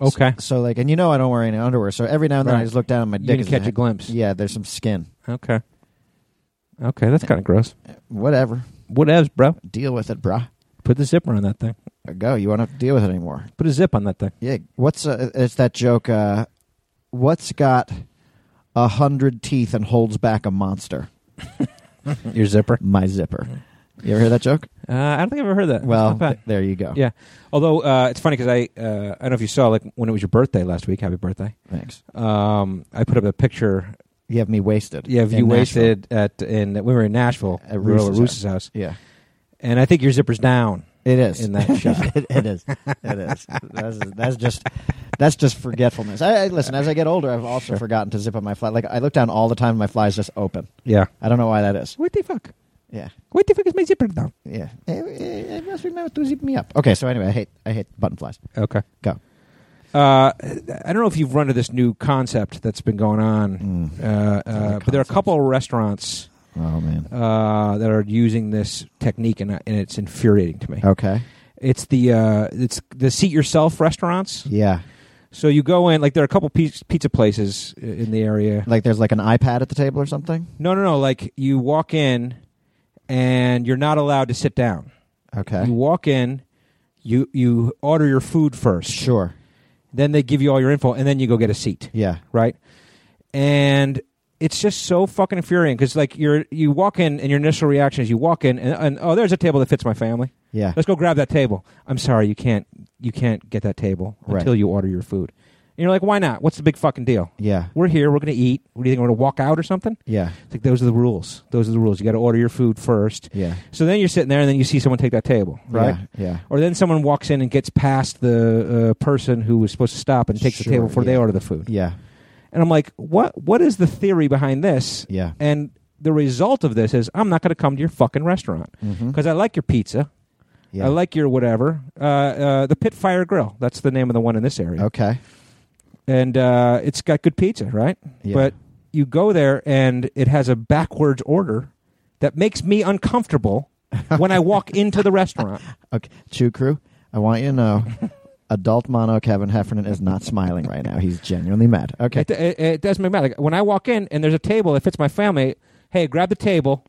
S4: Okay.
S3: So, like and you know I don't wear any underwear, so every now and then
S4: Right.
S3: I just look down and my
S4: You
S3: dick
S4: didn't
S3: is
S4: catch a glimpse.
S3: Yeah, there's some skin.
S4: Okay. Okay, that's kind of gross.
S3: Whatever.
S4: Whatevs, bro.
S3: Deal with it, bruh.
S4: Put the zipper on that thing.
S3: There you go. You won't have to deal with it anymore.
S4: Put a zip on that thing.
S3: Yeah. What's uh, it's that joke? Uh, what's got a hundred teeth and holds back a monster.
S4: *laughs* Your zipper.
S3: My zipper. You ever hear that
S4: *laughs*
S3: joke?
S4: Uh, I don't think I've ever heard that.
S3: Well,
S4: Not bad.
S3: th- there you go.
S4: Yeah. Although uh, it's funny because I uh, I don't know if you saw like when it was your birthday last week. Happy birthday!
S3: Thanks.
S4: Um, I put up a picture.
S3: You have me wasted.
S4: Yeah, of
S3: in
S4: you
S3: Nashville.
S4: wasted at in we were in Nashville
S3: At
S4: we were over
S3: Roos's
S4: Roos's house,
S3: Yeah.
S4: and I think your zipper's down.
S3: It is
S4: in that
S3: *laughs*
S4: shot.
S3: it, it is. It is. That's, that's just that's just forgetfulness. I, I listen. As I get older, I've also forgotten to zip up my fly. Like I look down all the time, my fly's just open.
S4: Yeah.
S3: I don't know why that is.
S4: What the fuck?
S3: Yeah,
S4: What the fuck is my zipper down?
S3: yeah. I, I- I must remember to zip me up. Okay. So anyway, I hate I hate button flies.
S4: Okay.
S3: Go.
S4: Uh, I don't know if you've run to this new concept that's been going on,
S3: Mm.
S4: uh, uh, but there are a couple of restaurants
S3: Oh man.
S4: uh, that are using this technique, and, I- and it's infuriating to me.
S3: Okay.
S4: It's the uh, it's the seat yourself restaurants.
S3: Yeah.
S4: So you go in, like there are a couple piz- pizza places i- in the area.
S3: Like there's like an iPad at the table or something.
S4: No, no, no. Like you walk in, and you're not allowed to sit down. You
S3: Okay.
S4: walk in, you you order your food first.
S3: Sure.
S4: Then they give you all your info, and then you go get a seat.
S3: Yeah.
S4: right? And it's just so fucking infuriating because like you're you walk in and your initial reaction is you walk in and, and oh there's a table that fits my family.
S3: Yeah.
S4: Let's go grab that table. I'm sorry you can't you can't get that table
S3: Right.
S4: until you order your food. And you're like why not? What's the big fucking deal?
S3: Yeah.
S4: We're here. We're gonna eat. What do you think? We're gonna walk out or something?
S3: Yeah.
S4: It's like those are the rules. Those are the rules. You got to order your food first.
S3: Yeah.
S4: So then you're sitting there and then you see someone take that table, right?
S3: Yeah. yeah.
S4: Or then someone walks in and gets past the uh, person who was supposed to stop and takes the
S3: Sure,
S4: table before they
S3: yeah.
S4: order the food.
S3: Yeah.
S4: And I'm like, what what is the theory behind this?
S3: Yeah.
S4: And the result of this is I'm not going to come to your fucking restaurant
S3: Mm-hmm.
S4: because I like your pizza.
S3: Yeah.
S4: I like your whatever. Uh, uh, the Pit Fire Grill. That's the name of the one in this area.
S3: Okay.
S4: And uh, it's got good pizza, right?
S3: Yeah.
S4: But you go there and it has a backwards order that makes
S3: *laughs*
S4: me uncomfortable when I walk into the restaurant.
S3: Okay, Chew Crew, I want you to
S4: *laughs*
S3: know, adult mono Kevin Heffernan is not smiling right now. He's genuinely mad. *laughs* Okay,
S4: It, it, it does make me mad. Like, when I walk in and there's a table that fits my family, hey, grab the table.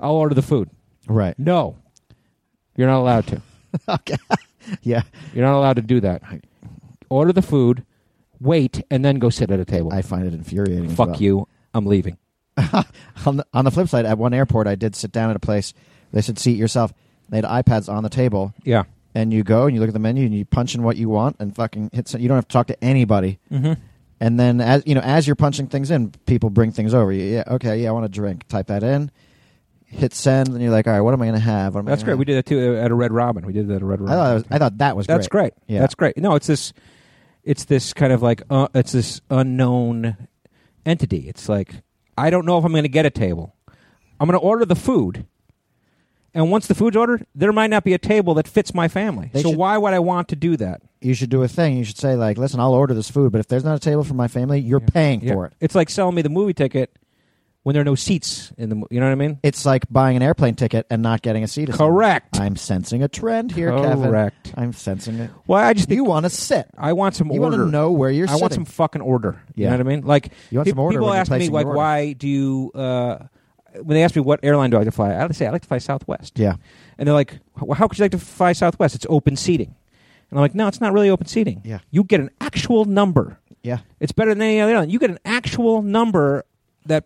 S4: I'll order the food.
S3: right.
S4: No, you're not allowed to.
S3: *laughs* Okay, yeah.
S4: You're not allowed to do that. Order the food, wait, and then go sit at a table.
S3: I find it infuriating. as
S4: Fuck
S3: well.
S4: you. I'm leaving.
S3: On the, on the flip side, at one airport, I did sit down at a place. They said seat yourself. They had iPads on the table,
S4: Yeah.
S3: and you go and you look at the menu and you punch in what you want and fucking hit. Some, you don't have to talk to anybody.
S4: Mm-hmm.
S3: And then as you know, as you're punching things in, people bring things over. You, yeah, okay, yeah, I want a drink. Type that in, hit send, and you're like, all right, what am I going to have? What am I
S4: That's
S3: gonna
S4: great. We did that too uh, at a Red Robin. We did that at a Red
S3: have?
S4: Robin.
S3: I thought that was, I thought that was
S4: That's great.
S3: Yeah.
S4: That's great. No, it's this. It's this kind of like uh, it's this unknown entity. It's like I don't know if I'm going to get a table. I'm going to order the food, and once the food's ordered, there might not be a table that fits my family.
S3: They
S4: so
S3: should-
S4: why would I want to do that?
S3: you should do a thing. You should say like, "Listen, I'll order this food, but if there's not a table for my family, you're
S4: Yeah.
S3: paying
S4: Yeah.
S3: for it."
S4: It's like selling me the movie ticket when there are no seats in the. mo- You know what I mean?
S3: It's like buying an airplane ticket and not getting a seat. assigned.
S4: Correct.
S3: I'm sensing a trend here, Kevin.
S4: Correct.
S3: I'm sensing it.
S4: Well, I just think
S3: You want to sit.
S4: I want some
S3: You want
S4: order.
S3: to know where you're
S4: I want
S3: sitting.
S4: some fucking order.
S3: Yeah.
S4: You know what I mean? Like
S3: You want
S4: pe-
S3: some order
S4: people
S3: when you're
S4: ask me
S3: placing
S4: like,
S3: your order.
S4: why do you? Uh, when they ask me what airline do I like to fly, I like to say I like to fly Southwest.
S3: yeah.
S4: And they're like, well, how could you like to fly Southwest? It's open seating. And I'm like, no, it's not really open seating.
S3: Yeah.
S4: You get an actual number.
S3: Yeah.
S4: It's better than any other airline. You get an actual number that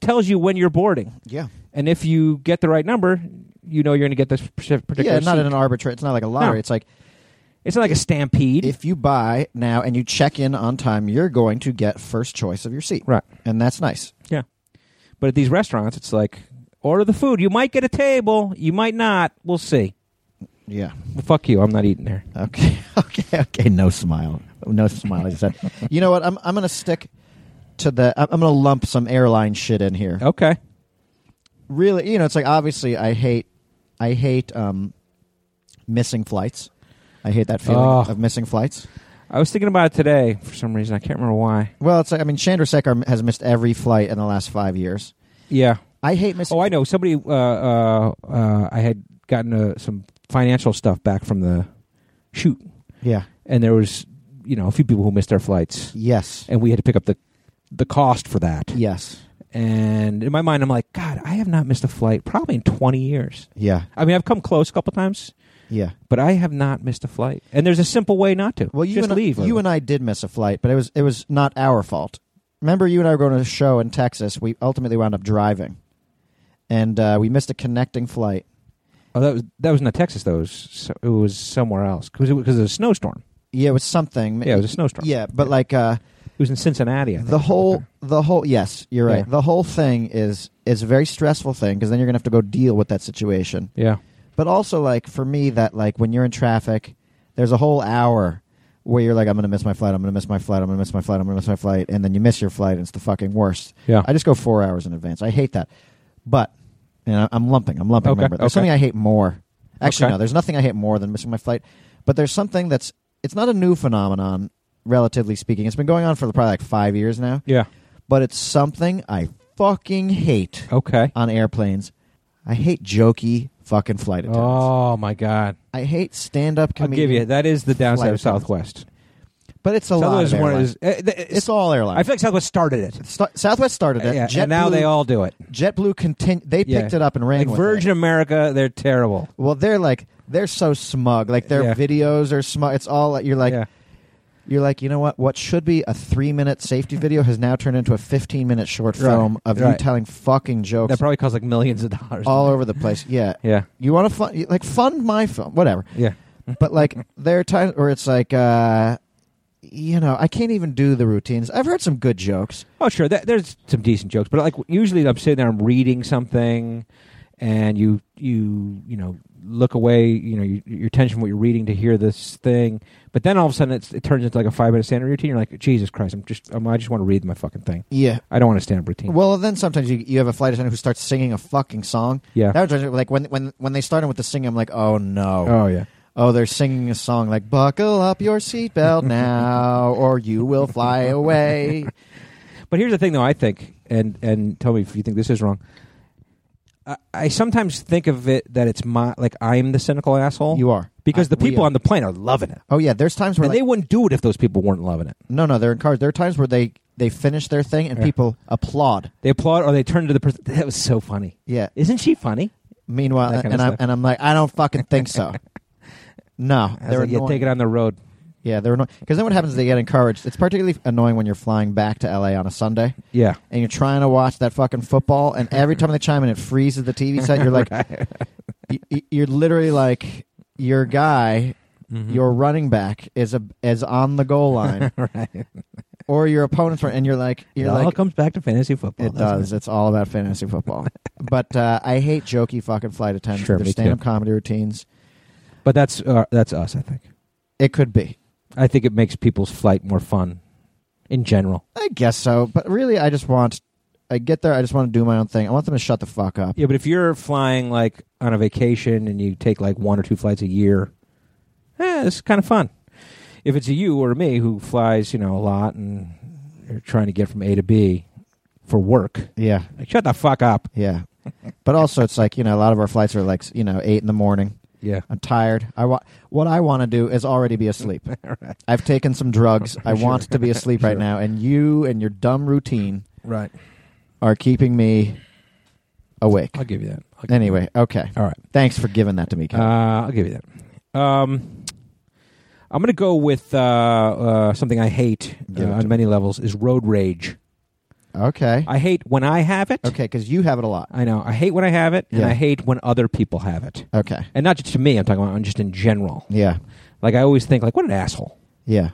S4: tells you when you're boarding.
S3: Yeah.
S4: And if you get the right number, you know you're going to get this partic- particular
S3: Yeah, not
S4: seat.
S3: in an arbitrary. It's not like a lottery.
S4: No.
S3: It's like
S4: It's not like a stampede.
S3: if you buy now and you check in on time, you're going to get first choice of your seat.
S4: Right.
S3: And that's nice.
S4: but at these restaurants, it's like order the food. You might get a table. You might not. We'll see.
S3: Yeah.
S4: Well, fuck you. I'm not eating there.
S3: *laughs* Okay, okay, okay. No smile, no smile. I said, you know what? I'm I'm gonna stick to the. I'm I'm gonna lump some airline shit in here.
S4: Okay.
S3: Really, you know, it's like obviously I hate, I hate um, missing flights. I hate that feeling
S4: Oh.
S3: of missing flights.
S4: I was thinking about it today for some reason. I can't remember why.
S3: Well, it's like I mean, Chandra Sekar has missed every flight in the last five years.
S4: Yeah.
S3: I hate missing.
S4: Oh, I know. Somebody. Uh, uh, uh, I had gotten uh, some financial stuff back from the shoot,
S3: yeah.
S4: and there was you know a few people who missed their flights,
S3: Yes.
S4: and we had to pick up the the cost for that.
S3: Yes.
S4: And in my mind, I'm like, God, I have not missed a flight probably in 20 years.
S3: Yeah.
S4: I mean, I've come close a couple times.
S3: Yeah.
S4: but I have not missed a flight. And there's a simple way not to.
S3: Well, you
S4: just
S3: and
S4: leave.
S3: I, you and I did miss a flight, but it was it was not our fault. remember you and I were going to a show in Texas. We ultimately wound up driving, and uh, we missed a connecting flight.
S4: Oh, that was that was not Texas though. It was, so- it was somewhere else because it because of a snowstorm.
S3: Yeah, it was something.
S4: Yeah, it was a snowstorm.
S3: Yeah, but like uh,
S4: It was in Cincinnati. I think.
S3: the whole, the whole. Yes, you're right.
S4: Yeah.
S3: The whole thing is is a very stressful thing because then you're gonna have to go deal with that situation.
S4: Yeah.
S3: But also, like for me, that like when you're in traffic, there's a whole hour where you're like, I'm gonna miss my flight. I'm gonna miss my flight. I'm gonna miss my flight. I'm gonna miss my flight, and then you miss your flight, and it's the fucking worst.
S4: Yeah.
S3: I just go four hours in advance. I hate that. But and I- I'm lumping. I'm lumping.
S4: Okay,
S3: Remember, there's
S4: okay.
S3: something I hate more. Actually,
S4: Okay.
S3: no. There's nothing I hate more than missing my flight. But there's something that's it's not a new phenomenon, relatively speaking. It's been going on for probably like five years now.
S4: yeah.
S3: But it's something I fucking hate
S4: Okay.
S3: on airplanes. I hate jokey fucking flight attendants.
S4: Oh my God!
S3: I hate stand-up
S4: I'll
S3: comedians.
S4: give you that is the downside
S3: Flight
S4: of Southwest.
S3: but it's a lot.
S4: Southwest
S3: Of
S4: one
S3: airlines.
S4: is. eh, th-
S3: it's all airlines.
S4: I feel like Southwest started it.
S3: Sta- Southwest started it.
S4: Yeah,
S3: JetBlue,
S4: and now they all do it.
S3: JetBlue continu- They
S4: Yeah.
S3: picked it up and ran
S4: Like
S3: with
S4: Virgin
S3: it.
S4: America, they're terrible.
S3: Well, they're like they're so smug. Like their
S4: Yeah.
S3: videos are smug. It's all you're like
S4: yeah.
S3: you're like you know what? What should be a three minute safety video has now turned into a fifteen minute short
S4: Right,
S3: film of you
S4: right.
S3: telling fucking jokes
S4: That probably costs like millions of dollars.
S3: all over the place. Yeah,
S4: yeah.
S3: you want to fund like fund my film, whatever.
S4: Yeah.
S3: but like
S4: *laughs*
S3: there are times where it's like uh you know i can't even do the routines i've heard some good jokes
S4: Oh, sure. That, there's some decent jokes, but like usually I'm sitting there, I'm reading something, and you you you know look away, you know you, your attention from what you're reading to hear this thing, but then all of a sudden it's, it turns into like a five minute stand up routine. You're like, Jesus Christ, I'm just I'm, I just want to read my fucking thing.
S3: yeah
S4: I don't want to stand up routine.
S3: well then sometimes you, you have a flight attendant who starts singing a fucking song
S4: yeah.
S3: that was like when when when they started with the singing i'm like oh no
S4: oh yeah.
S3: oh they're singing a song like buckle up your seatbelt now or you will fly away
S4: But here's the thing, though. I think, and and tell me if you think this is wrong. I, I sometimes think of it that it's my like I'm the cynical asshole
S3: you are
S4: because the
S3: I- we
S4: people
S3: are.
S4: on the plane are loving it,
S3: oh yeah there's times where
S4: and
S3: like,
S4: they wouldn't do it if those people weren't loving it.
S3: no no they're in cars there are times where they they finish their thing and
S4: Yeah.
S3: people applaud
S4: They applaud or they turn to the person. That was so funny.
S3: yeah
S4: Isn't she funny?
S3: Meanwhile,
S4: That
S3: and
S4: kind of
S3: I'm
S4: stuff.
S3: and I'm like, I don't fucking think
S4: *laughs*
S3: so. no,
S4: I was
S3: Oh, they're
S4: like, yeah,
S3: annoying.
S4: take it on the road.
S3: yeah, they're annoying. Because then what happens is they get encouraged. It's particularly annoying when you're flying back to LA on a Sunday
S4: Yeah.
S3: and you're trying to watch that fucking football, and every time they chime in, it freezes the TV set. You're
S4: *laughs*
S3: like, y- y- you're literally like, your guy, Mm-hmm. your running back is a is on the goal line,
S4: *laughs* right.
S3: or your opponent's run, and you're like,
S4: It
S3: you're
S4: all
S3: like.
S4: comes back to fantasy football.
S3: It
S4: doesn't
S3: does. It's all about fantasy
S4: *laughs*
S3: football. but uh, I hate jokey fucking flight attendants.
S4: Sure,
S3: with
S4: me
S3: their
S4: too.
S3: stand-up comedy routines.
S4: But that's uh, that's us. I think.
S3: It could be.
S4: I think it makes people's flight more fun, in general.
S3: I guess so, but really, I just want. I get there. I just want to do my own thing. I want them to shut the fuck up.
S4: Yeah, but if you're flying like on a vacation and you take like one or two flights a year, eh, it's kind of fun. If it's a you or me who flies, you know, a lot and you're trying to get from A to B for work,
S3: Yeah,
S4: like shut the fuck up. *laughs*
S3: yeah. but also, it's like you know, a lot of our flights are like you know, eight in the morning.
S4: Yeah.
S3: I'm tired. I want what I want to do is already be asleep.
S4: *laughs* right.
S3: I've taken some
S4: *laughs*
S3: drugs. I
S4: Sure.
S3: want to be asleep right
S4: Sure.
S3: now, and you and your dumb routine
S4: Right.
S3: are keeping me awake.
S4: I'll give you that. I'll give
S3: Anyway, okay.
S4: Oh, All right.
S3: Thanks for giving that to me. Kevin.
S4: Uh, I'll give you that. Um, I'm going to go with uh, uh, something I hate uh,
S3: Give it to
S4: on
S3: me.
S4: many levels is road rage.
S3: okay,
S4: I hate when I have it.
S3: okay, because you have it a lot.
S4: I know. I hate when I have it, and
S3: Yeah.
S4: I hate when other people have it.
S3: Okay.
S4: And not just to me. I'm talking about just in general.
S3: Yeah.
S4: Like I always think, like what an asshole.
S3: Yeah.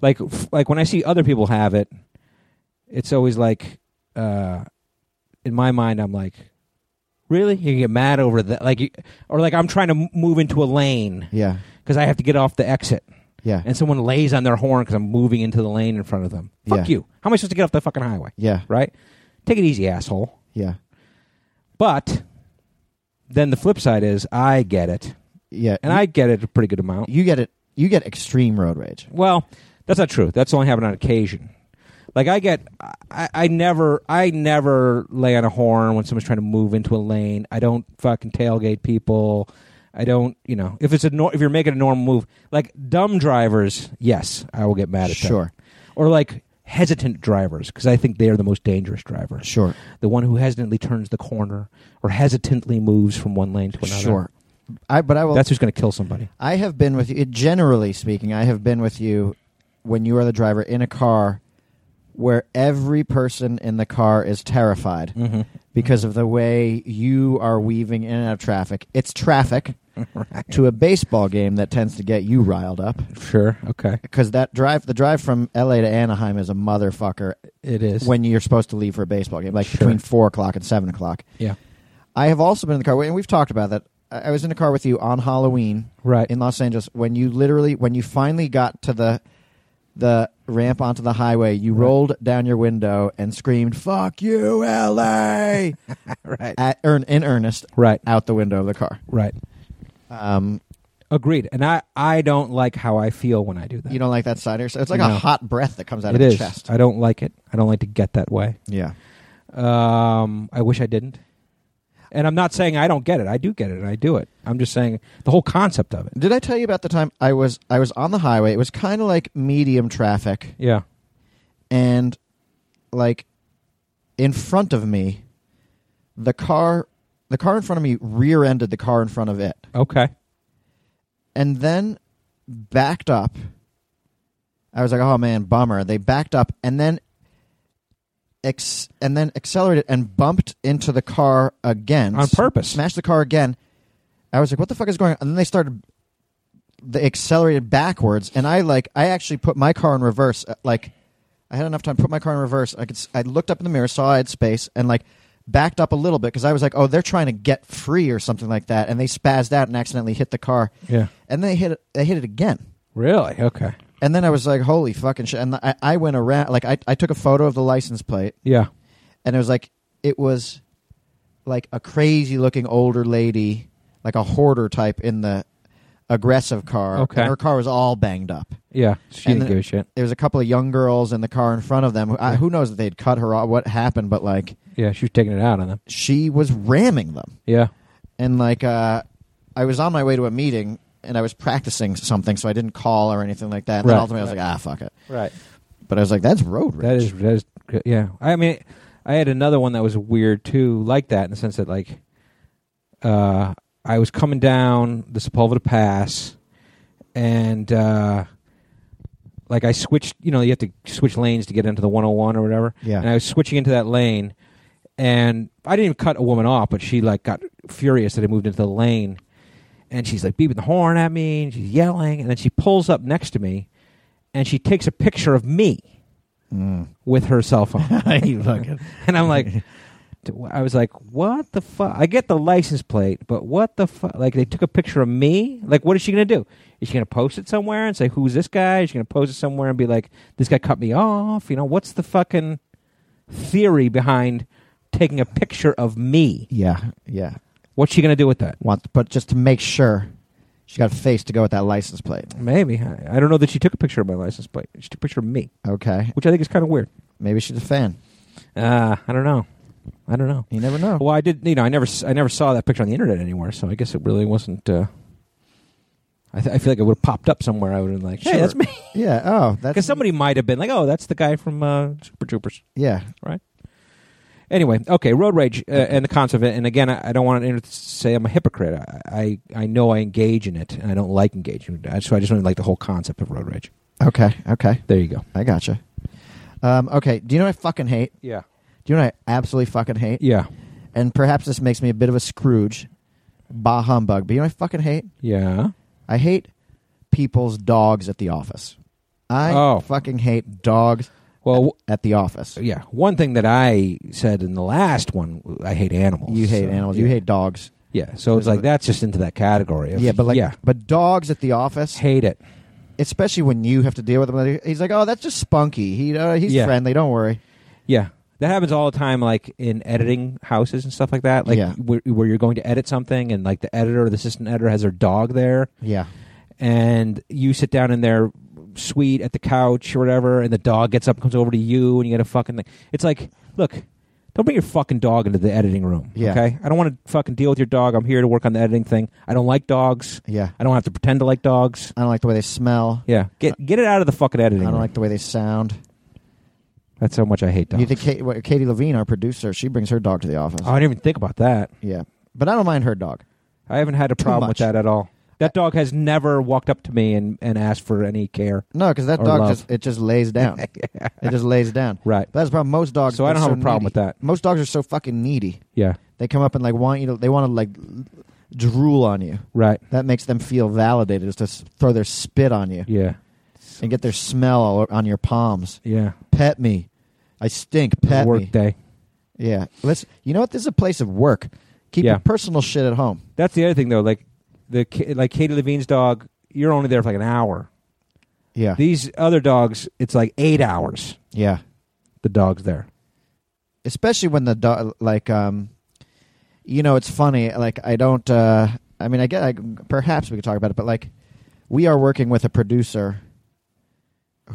S4: Like f- like when I see other people have it, it's always like, uh, in my mind, I'm like, really? You get mad over that? Like, you, or like I'm trying to m- move into a lane
S3: Yeah.
S4: because I have to get off the exit,
S3: Yeah.
S4: and someone lays on their horn because I'm moving into the lane in front of them. Fuck
S3: Yeah.
S4: you. How am I supposed to get off the fucking highway?
S3: Yeah.
S4: Right? Take it easy, asshole.
S3: Yeah.
S4: But then the flip side is I get it,
S3: Yeah.
S4: and I get it a pretty good amount.
S3: you get it you get extreme road rage
S4: Well, that's not true. That's only happened on occasion. Like I get, I, I never, I never lay on a horn when someone's trying to move into a lane. I don't fucking tailgate people. I don't, you know, if it's a nor- if you're making a normal move, like dumb drivers, yes, I will get mad at them.
S3: sure
S4: Or like hesitant drivers, because I think they are the most dangerous drivers.
S3: sure
S4: The one who hesitantly turns the corner or hesitantly moves from one lane to another.
S3: sure i but i will
S4: That's who's going to kill somebody.
S3: i have been with you generally speaking i have been with you when you are the driver in a car where every person in the car is terrified
S4: Mm-hmm.
S3: *laughs* because of the way you are weaving in and out of traffic. It's traffic to a baseball game that tends to get you riled up
S4: Sure. Okay.
S3: because that drive, the drive from L.A. to Anaheim, is a motherfucker
S4: It is.
S3: when you're supposed to leave for a baseball game, like
S4: Sure.
S3: between four o'clock and seven o'clock.
S4: yeah.
S3: I have also been in the car, and we've talked about that. I I was in the car with you on Halloween,
S4: Right.
S3: in Los Angeles. When you literally, when you finally got to the the ramp onto the highway, you rolled down your window and screamed "Fuck you, L.A."
S4: *laughs* Right.
S3: at, earn, in earnest,
S4: Right.
S3: out the window of the car.
S4: Right.
S3: Um,
S4: Agreed. And I I don't like how I feel when I do that.
S3: you don't like that side air, so it's like
S4: No.
S3: a hot breath that comes out
S4: It
S3: of
S4: is.
S3: the chest.
S4: I don't like it. I don't like to get that way.
S3: yeah,
S4: Um, I wish I didn't. And I'm not saying I don't get it. I do get it, and I do it. I'm just saying the whole concept of it.
S3: did I tell you about the time I was I was on the highway? It was kind of like medium traffic.
S4: Yeah.
S3: and like in front of me the car the car in front of me rear-ended the car in front of it
S4: Okay.
S3: and then backed up i was like oh man bummer they backed up and then ex- and then accelerated and bumped into the car again
S4: On
S3: S-
S4: purpose.
S3: smashed the car again i was like what the fuck is going on and then they started they accelerated backwards and i like i actually put my car in reverse uh, like i had enough time to put my car in reverse i could s- i looked up in the mirror saw i had space and like backed up a little bit because i was like oh they're trying to get free or something like that and they spazzed out and accidentally hit the car
S4: Yeah.
S3: and they hit it they hit it again
S4: Really? Okay.
S3: and then i was like holy fucking shit and i, I went around like I, I took a photo of the license plate
S4: Yeah.
S3: and it was like it was like a crazy looking older lady like a hoarder type in the aggressive car
S4: Okay.
S3: and her car was all banged up
S4: Yeah. She
S3: And
S4: didn't
S3: then-
S4: give a shit.
S3: there was a couple of young girls in the car in front of them who, I,
S4: Yeah.
S3: who knows if they'd cut her off what happened but like
S4: Yeah, she was taking it out on them.
S3: she was ramming them
S4: Yeah.
S3: and like uh, I was on my way to a meeting and I was practicing something, so I didn't call or anything like that. And then
S4: Right.
S3: ultimately, I was like, ah, fuck it.
S4: Right.
S3: But I was like, that's road rage.
S4: That is that is yeah. I mean, I had another one that was weird too, like that in the sense that like, uh, I was coming down the Sepulveda Pass, and uh, like I switched. You know, you have to switch lanes to get into the 101 or whatever.
S3: Yeah.
S4: And I was switching into that lane, and I didn't even cut a woman off, but she like got furious that I moved into the lane, and she's like beeping the horn at me, and she's yelling, and then she pulls up next to me, and she takes a picture of me
S3: Mm.
S4: with her cell
S3: *laughs*
S4: phone.
S3: you fucking.
S4: *laughs* and I'm
S3: *laughs*
S4: like, I was like, what the fuck? I get the license plate, but what the fuck? Like, they took a picture of me? Like, what is she going to do? Is she going to post it somewhere and say, who's this guy? Is she going to post it somewhere and be like, this guy cut me off? You know, what's the fucking theory behind taking a picture of me?
S3: Yeah, yeah.
S4: What's she going to do with that?
S3: Want, but just to make sure, she got a face to go with that license plate.
S4: Maybe. I I don't know that she took a picture of my license plate. She took a picture of me,
S3: Okay,
S4: which I think is kind of weird.
S3: maybe she's a fan.
S4: Uh, I don't know. I don't know.
S3: You never know.
S4: Well, I did. You know, I never, s- I never saw that picture on the internet anywhere. So I guess it really wasn't. Uh, I, th- I feel like it would have popped up somewhere. I would have been like, "Hey,
S3: Sure.
S4: that's me,"
S3: Yeah. Oh, that's
S4: because somebody might have been like, "Oh, that's the guy from uh, Super Troopers."
S3: Yeah,
S4: Anyway, okay, road rage uh, and the concept of it. And again, I, I don't want to say I'm a hypocrite. I, I, I know I engage in it, and I don't like engaging. in it. So I just don't like the whole concept of road rage.
S3: okay, okay.
S4: There you go.
S3: I gotcha. Um, okay, do you know what I fucking hate?
S4: Yeah.
S3: Do you know what I absolutely fucking hate?
S4: Yeah.
S3: And perhaps this makes me a bit of a Scrooge, bah humbug. But you know what I fucking hate?
S4: Yeah.
S3: I hate people's dogs at the office. I
S4: Oh.
S3: fucking hate dogs
S4: Well, Oh, w-
S3: at the office.
S4: yeah. One thing that I said in the last one, I hate animals.
S3: You hate
S4: So,
S3: animals.
S4: yeah.
S3: You hate dogs.
S4: Yeah, so it's like that's just into that category. Of,
S3: Yeah, but like,
S4: yeah,
S3: but dogs at the office,
S4: hate it.
S3: especially when you have to deal with them. He's like, oh, that's just Spunky. He uh, he's
S4: Yeah.
S3: friendly. Don't worry.
S4: Yeah, that happens all the time, like in editing houses and stuff like that. Like
S3: Yeah.
S4: where, where you're going to edit something, and like the editor or the assistant editor has their dog there,
S3: Yeah,
S4: and you sit down in their suite at the couch or whatever, and the dog gets up, and comes over to you, and you get a fucking. Thing. It's like, look, don't bring your fucking dog into the editing room.
S3: Yeah.
S4: Okay, I don't want to fucking deal with your dog. I'm here to work on the editing thing. I don't like dogs.
S3: yeah.
S4: I don't have to pretend to like dogs.
S3: I don't like the way they smell.
S4: Yeah, get get it out of the fucking editing.
S3: I don't
S4: room.
S3: like the way they sound.
S4: That's how much I hate dogs.
S3: You think Kate, what, Katie Levine, our producer, she brings her dog to the office.
S4: Oh, I didn't even think about that.
S3: Yeah, but I don't mind her dog.
S4: I haven't had a problem
S3: much.
S4: with that at all. That dog has never walked up to me and, and asked for any care.
S3: No, because that
S4: Or
S3: dog
S4: love.
S3: just it just lays down. It just lays down.
S4: *laughs* Right.
S3: That's the problem. Most dogs.
S4: So I
S3: are
S4: don't have a problem
S3: needy.
S4: with that.
S3: Most dogs are so fucking needy.
S4: Yeah.
S3: They come up and like want you to. They want to like drool on you.
S4: Right.
S3: That makes them feel validated. Is to s- throw their spit on you
S4: Yeah.
S3: and get their smell all o- on your palms.
S4: Yeah.
S3: Pet me. I stink. Pet
S4: Work
S3: me.
S4: day.
S3: Yeah. Let's. You know what? This is a place of work. Keep
S4: Yeah.
S3: your personal shit at home.
S4: That's the other thing though. Like the ki- like Katie Levine's dog, you're only there for like an hour.
S3: Yeah.
S4: These other dogs, it's like eight hours.
S3: yeah.
S4: The dog's there.
S3: especially when the dog like um you know it's funny like i don't uh i mean i get like perhaps we could talk about it but like we are working with a producer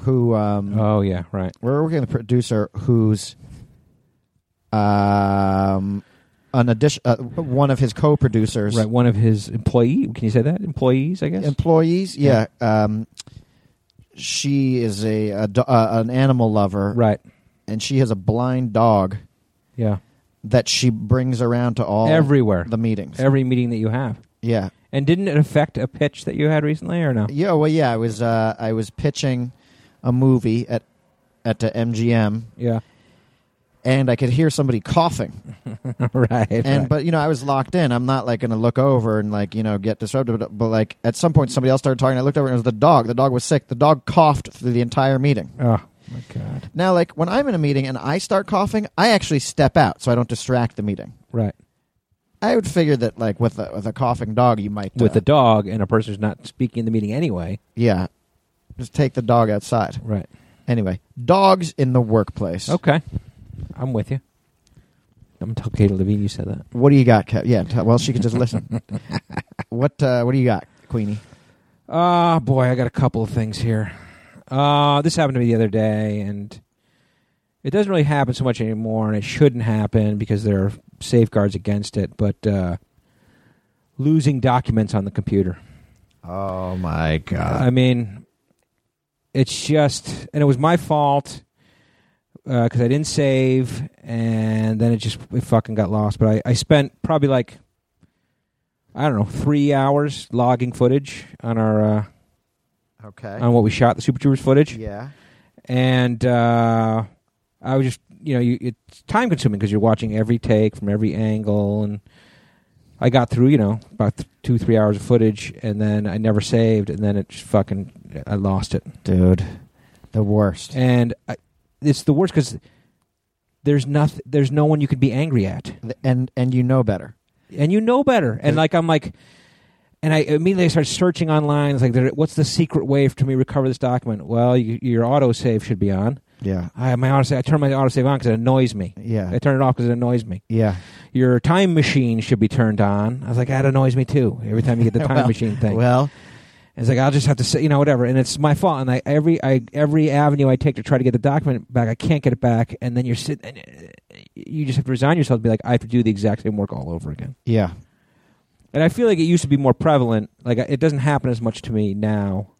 S3: who um
S4: Oh yeah. Right.
S3: we're working with a producer who's um an addition uh, one of his co-producers
S4: Right. One of his employee. Can you say that? Employees, I guess.
S3: employees yeah, um she is a, a do- uh, an animal lover
S4: right.
S3: and she has a blind dog
S4: Yeah.
S3: that she brings around to all
S4: Everywhere.
S3: the meetings
S4: Every meeting that you have.
S3: yeah
S4: And didn't it affect a pitch that you had recently or no?
S3: Yeah, well, yeah, I was uh, I was pitching a movie at at uh, the MGM,
S4: *laughs* Yeah.
S3: and I could hear somebody
S4: *laughs*
S3: coughing.
S4: right.
S3: And
S4: right.
S3: but you know, I was locked in. I'm not like going to look over and like you know get disrupted. But, but like at some point, somebody else started talking. I looked over, and it was the dog. The dog was sick. The dog coughed through the entire meeting.
S4: Oh my god.
S3: Now, like when I'm in a meeting and I start coughing, I actually step out so I don't distract the meeting.
S4: Right.
S3: I would figure that like with a, with a coughing dog, you might
S4: With
S3: uh,
S4: a dog and a person who's not speaking in the meeting anyway.
S3: yeah, just take the dog outside.
S4: Right.
S3: Anyway, dogs in the workplace.
S4: Okay. I'm with you. I'm talking Katie Levine. You said that.
S3: What do you got, Kev? Yeah, t- well, she can just *laughs* listen. what uh, What do you got, Queenie?
S4: Ah, boy, I got a couple of things here. Uh, this happened to me the other day, and it doesn't really happen so much anymore, and it shouldn't happen because there are safeguards against it. But uh, losing documents on the computer.
S3: Oh my
S4: I mean, it's just, and it was my fault because I didn't save, and then it just it fucking got lost. But I, I spent probably like I don't know three hours logging footage on our uh,
S3: Okay.
S4: on what we shot the Super Troopers footage,
S3: yeah.
S4: and uh, I was just you know you, it's time consuming because you're watching every take from every angle, and I got through you know about th- two three hours of footage, and then I never saved, and then it just fucking I lost it,
S3: Dude, the worst.
S4: and I, it's the worst because there's nothing there's no one you could be angry at,
S3: And, and you know better.
S4: and you know better, and
S3: Yeah.
S4: like I'm like. And I immediately I started searching online. It's like, there- what's the secret way to me recover this document? Well, you, your autosave should be on.
S3: Yeah.
S4: I my autosave. I turn my autosave on because it annoys me. I
S3: Yeah.
S4: turn it off because it annoys me.
S3: Yeah.
S4: Your time machine should be turned on. I was like, that annoys me too. Every time you
S3: *laughs*
S4: get the time
S3: Well,
S4: machine thing,
S3: Well,
S4: it's like I'll just have to say, you know, whatever. And it's my fault. And I every I every avenue I take to try to get the document back, I can't get it back. And then you're sitting, and uh, you just have to resign yourself to be like, I have to do the exact same work all over again.
S3: yeah.
S4: And I feel like it used to be more prevalent. Like it doesn't happen as much to me now,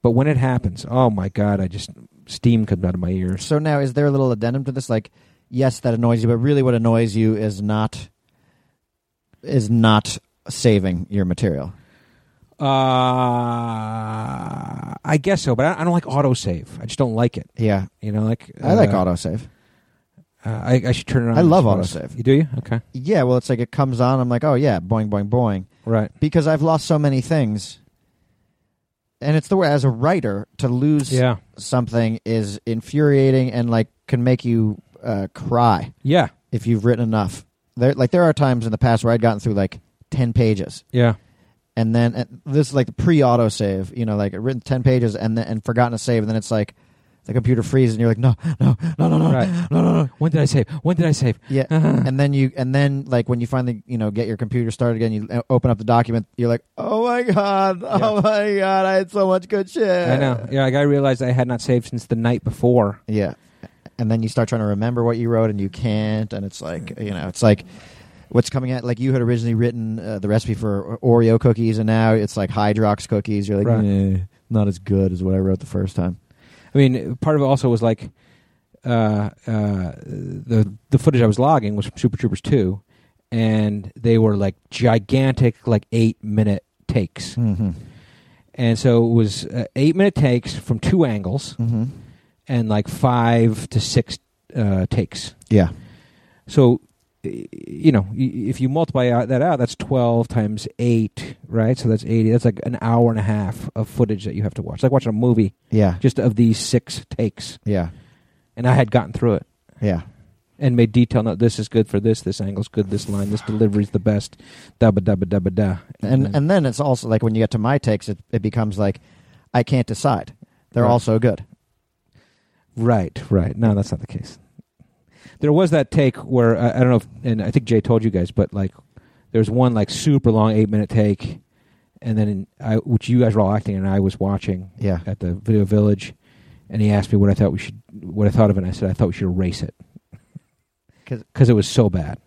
S4: but when it happens, oh my god, I just steam comes out of my ears.
S3: So now, is there a little addendum to this? Like, yes, that annoys you, but really, what annoys you is not is not saving your material.
S4: Uh, I guess so, but I, I don't like autosave. I just don't like it.
S3: Yeah,
S4: You know, like
S3: I like
S4: uh,
S3: autosave.
S4: Uh, I, I should turn it on.
S3: I love
S4: suppose.
S3: autosave.
S4: You do you? Okay,
S3: Yeah, well, it's like it comes on. I'm like, oh yeah, boing, boing, boing.
S4: right.
S3: because I've lost so many things. And it's the way as a writer to lose
S4: Yeah,
S3: something is infuriating and like can make you uh, cry
S4: yeah,
S3: if you've written enough. There, like there are times in the past where I'd gotten through like ten pages,
S4: yeah,
S3: and then and this is like the pre-autosave, you know, like I'd written ten pages and then, and forgotten to save, and then it's like the computer freezes, and you're like, no, no, no, no, no,
S4: *laughs* right.
S3: no, no, no.
S4: When did I save? When did *laughs* I save?
S3: Yeah, *laughs* and then you and then like when you finally you know get your computer started again, you uh, open up the document. You're like, oh my god, oh my god, I had so much good shit.
S4: I know. *laughs* Yeah, like I realized I had not saved since the night before.
S3: Yeah, and then you start trying to remember what you wrote, and you can't. And it's like you know, it's like what's coming out. Like you had originally written uh, the recipe for Oreo cookies, and now it's like Hydrox cookies. You're like,
S4: Right.
S3: "Eh, not as good as what I wrote the first time.
S4: I mean, part of it also was like uh, uh, the the footage I was logging was from Super Troopers two, and they were like gigantic, like eight minute takes. And so it was uh, eight minute takes from two angles
S3: Mm-hmm.
S4: and like five to six uh, takes.
S3: Yeah.
S4: So, y- you know, y- if you multiply out that out, that's 12 times 8, right? So that's 80. That's like an hour and a half of footage that you have to watch. It's like watching a movie
S3: Yeah.
S4: just of these six takes.
S3: Yeah.
S4: And I had gotten through it
S3: Yeah.
S4: and made detail note this is good for this, this angle's good, this line, this delivery's the best, da ba da ba da ba da. Mm-hmm.
S3: And and then it's also like when you get to my takes, it, it becomes like I can't decide. They're
S4: Right.
S3: all so good.
S4: Right, right. No, that's not the case. There was that take where I, I don't know, if, and I think Jay told you guys, but like there was one like super long eight minute take, and then in, I, which you guys were all acting, and I was watching
S3: Yeah.
S4: at the Video Village, and he asked me what I thought we should, what I thought of it. and I said I thought we should erase it
S3: *laughs* 'Cause-
S4: because it was so bad.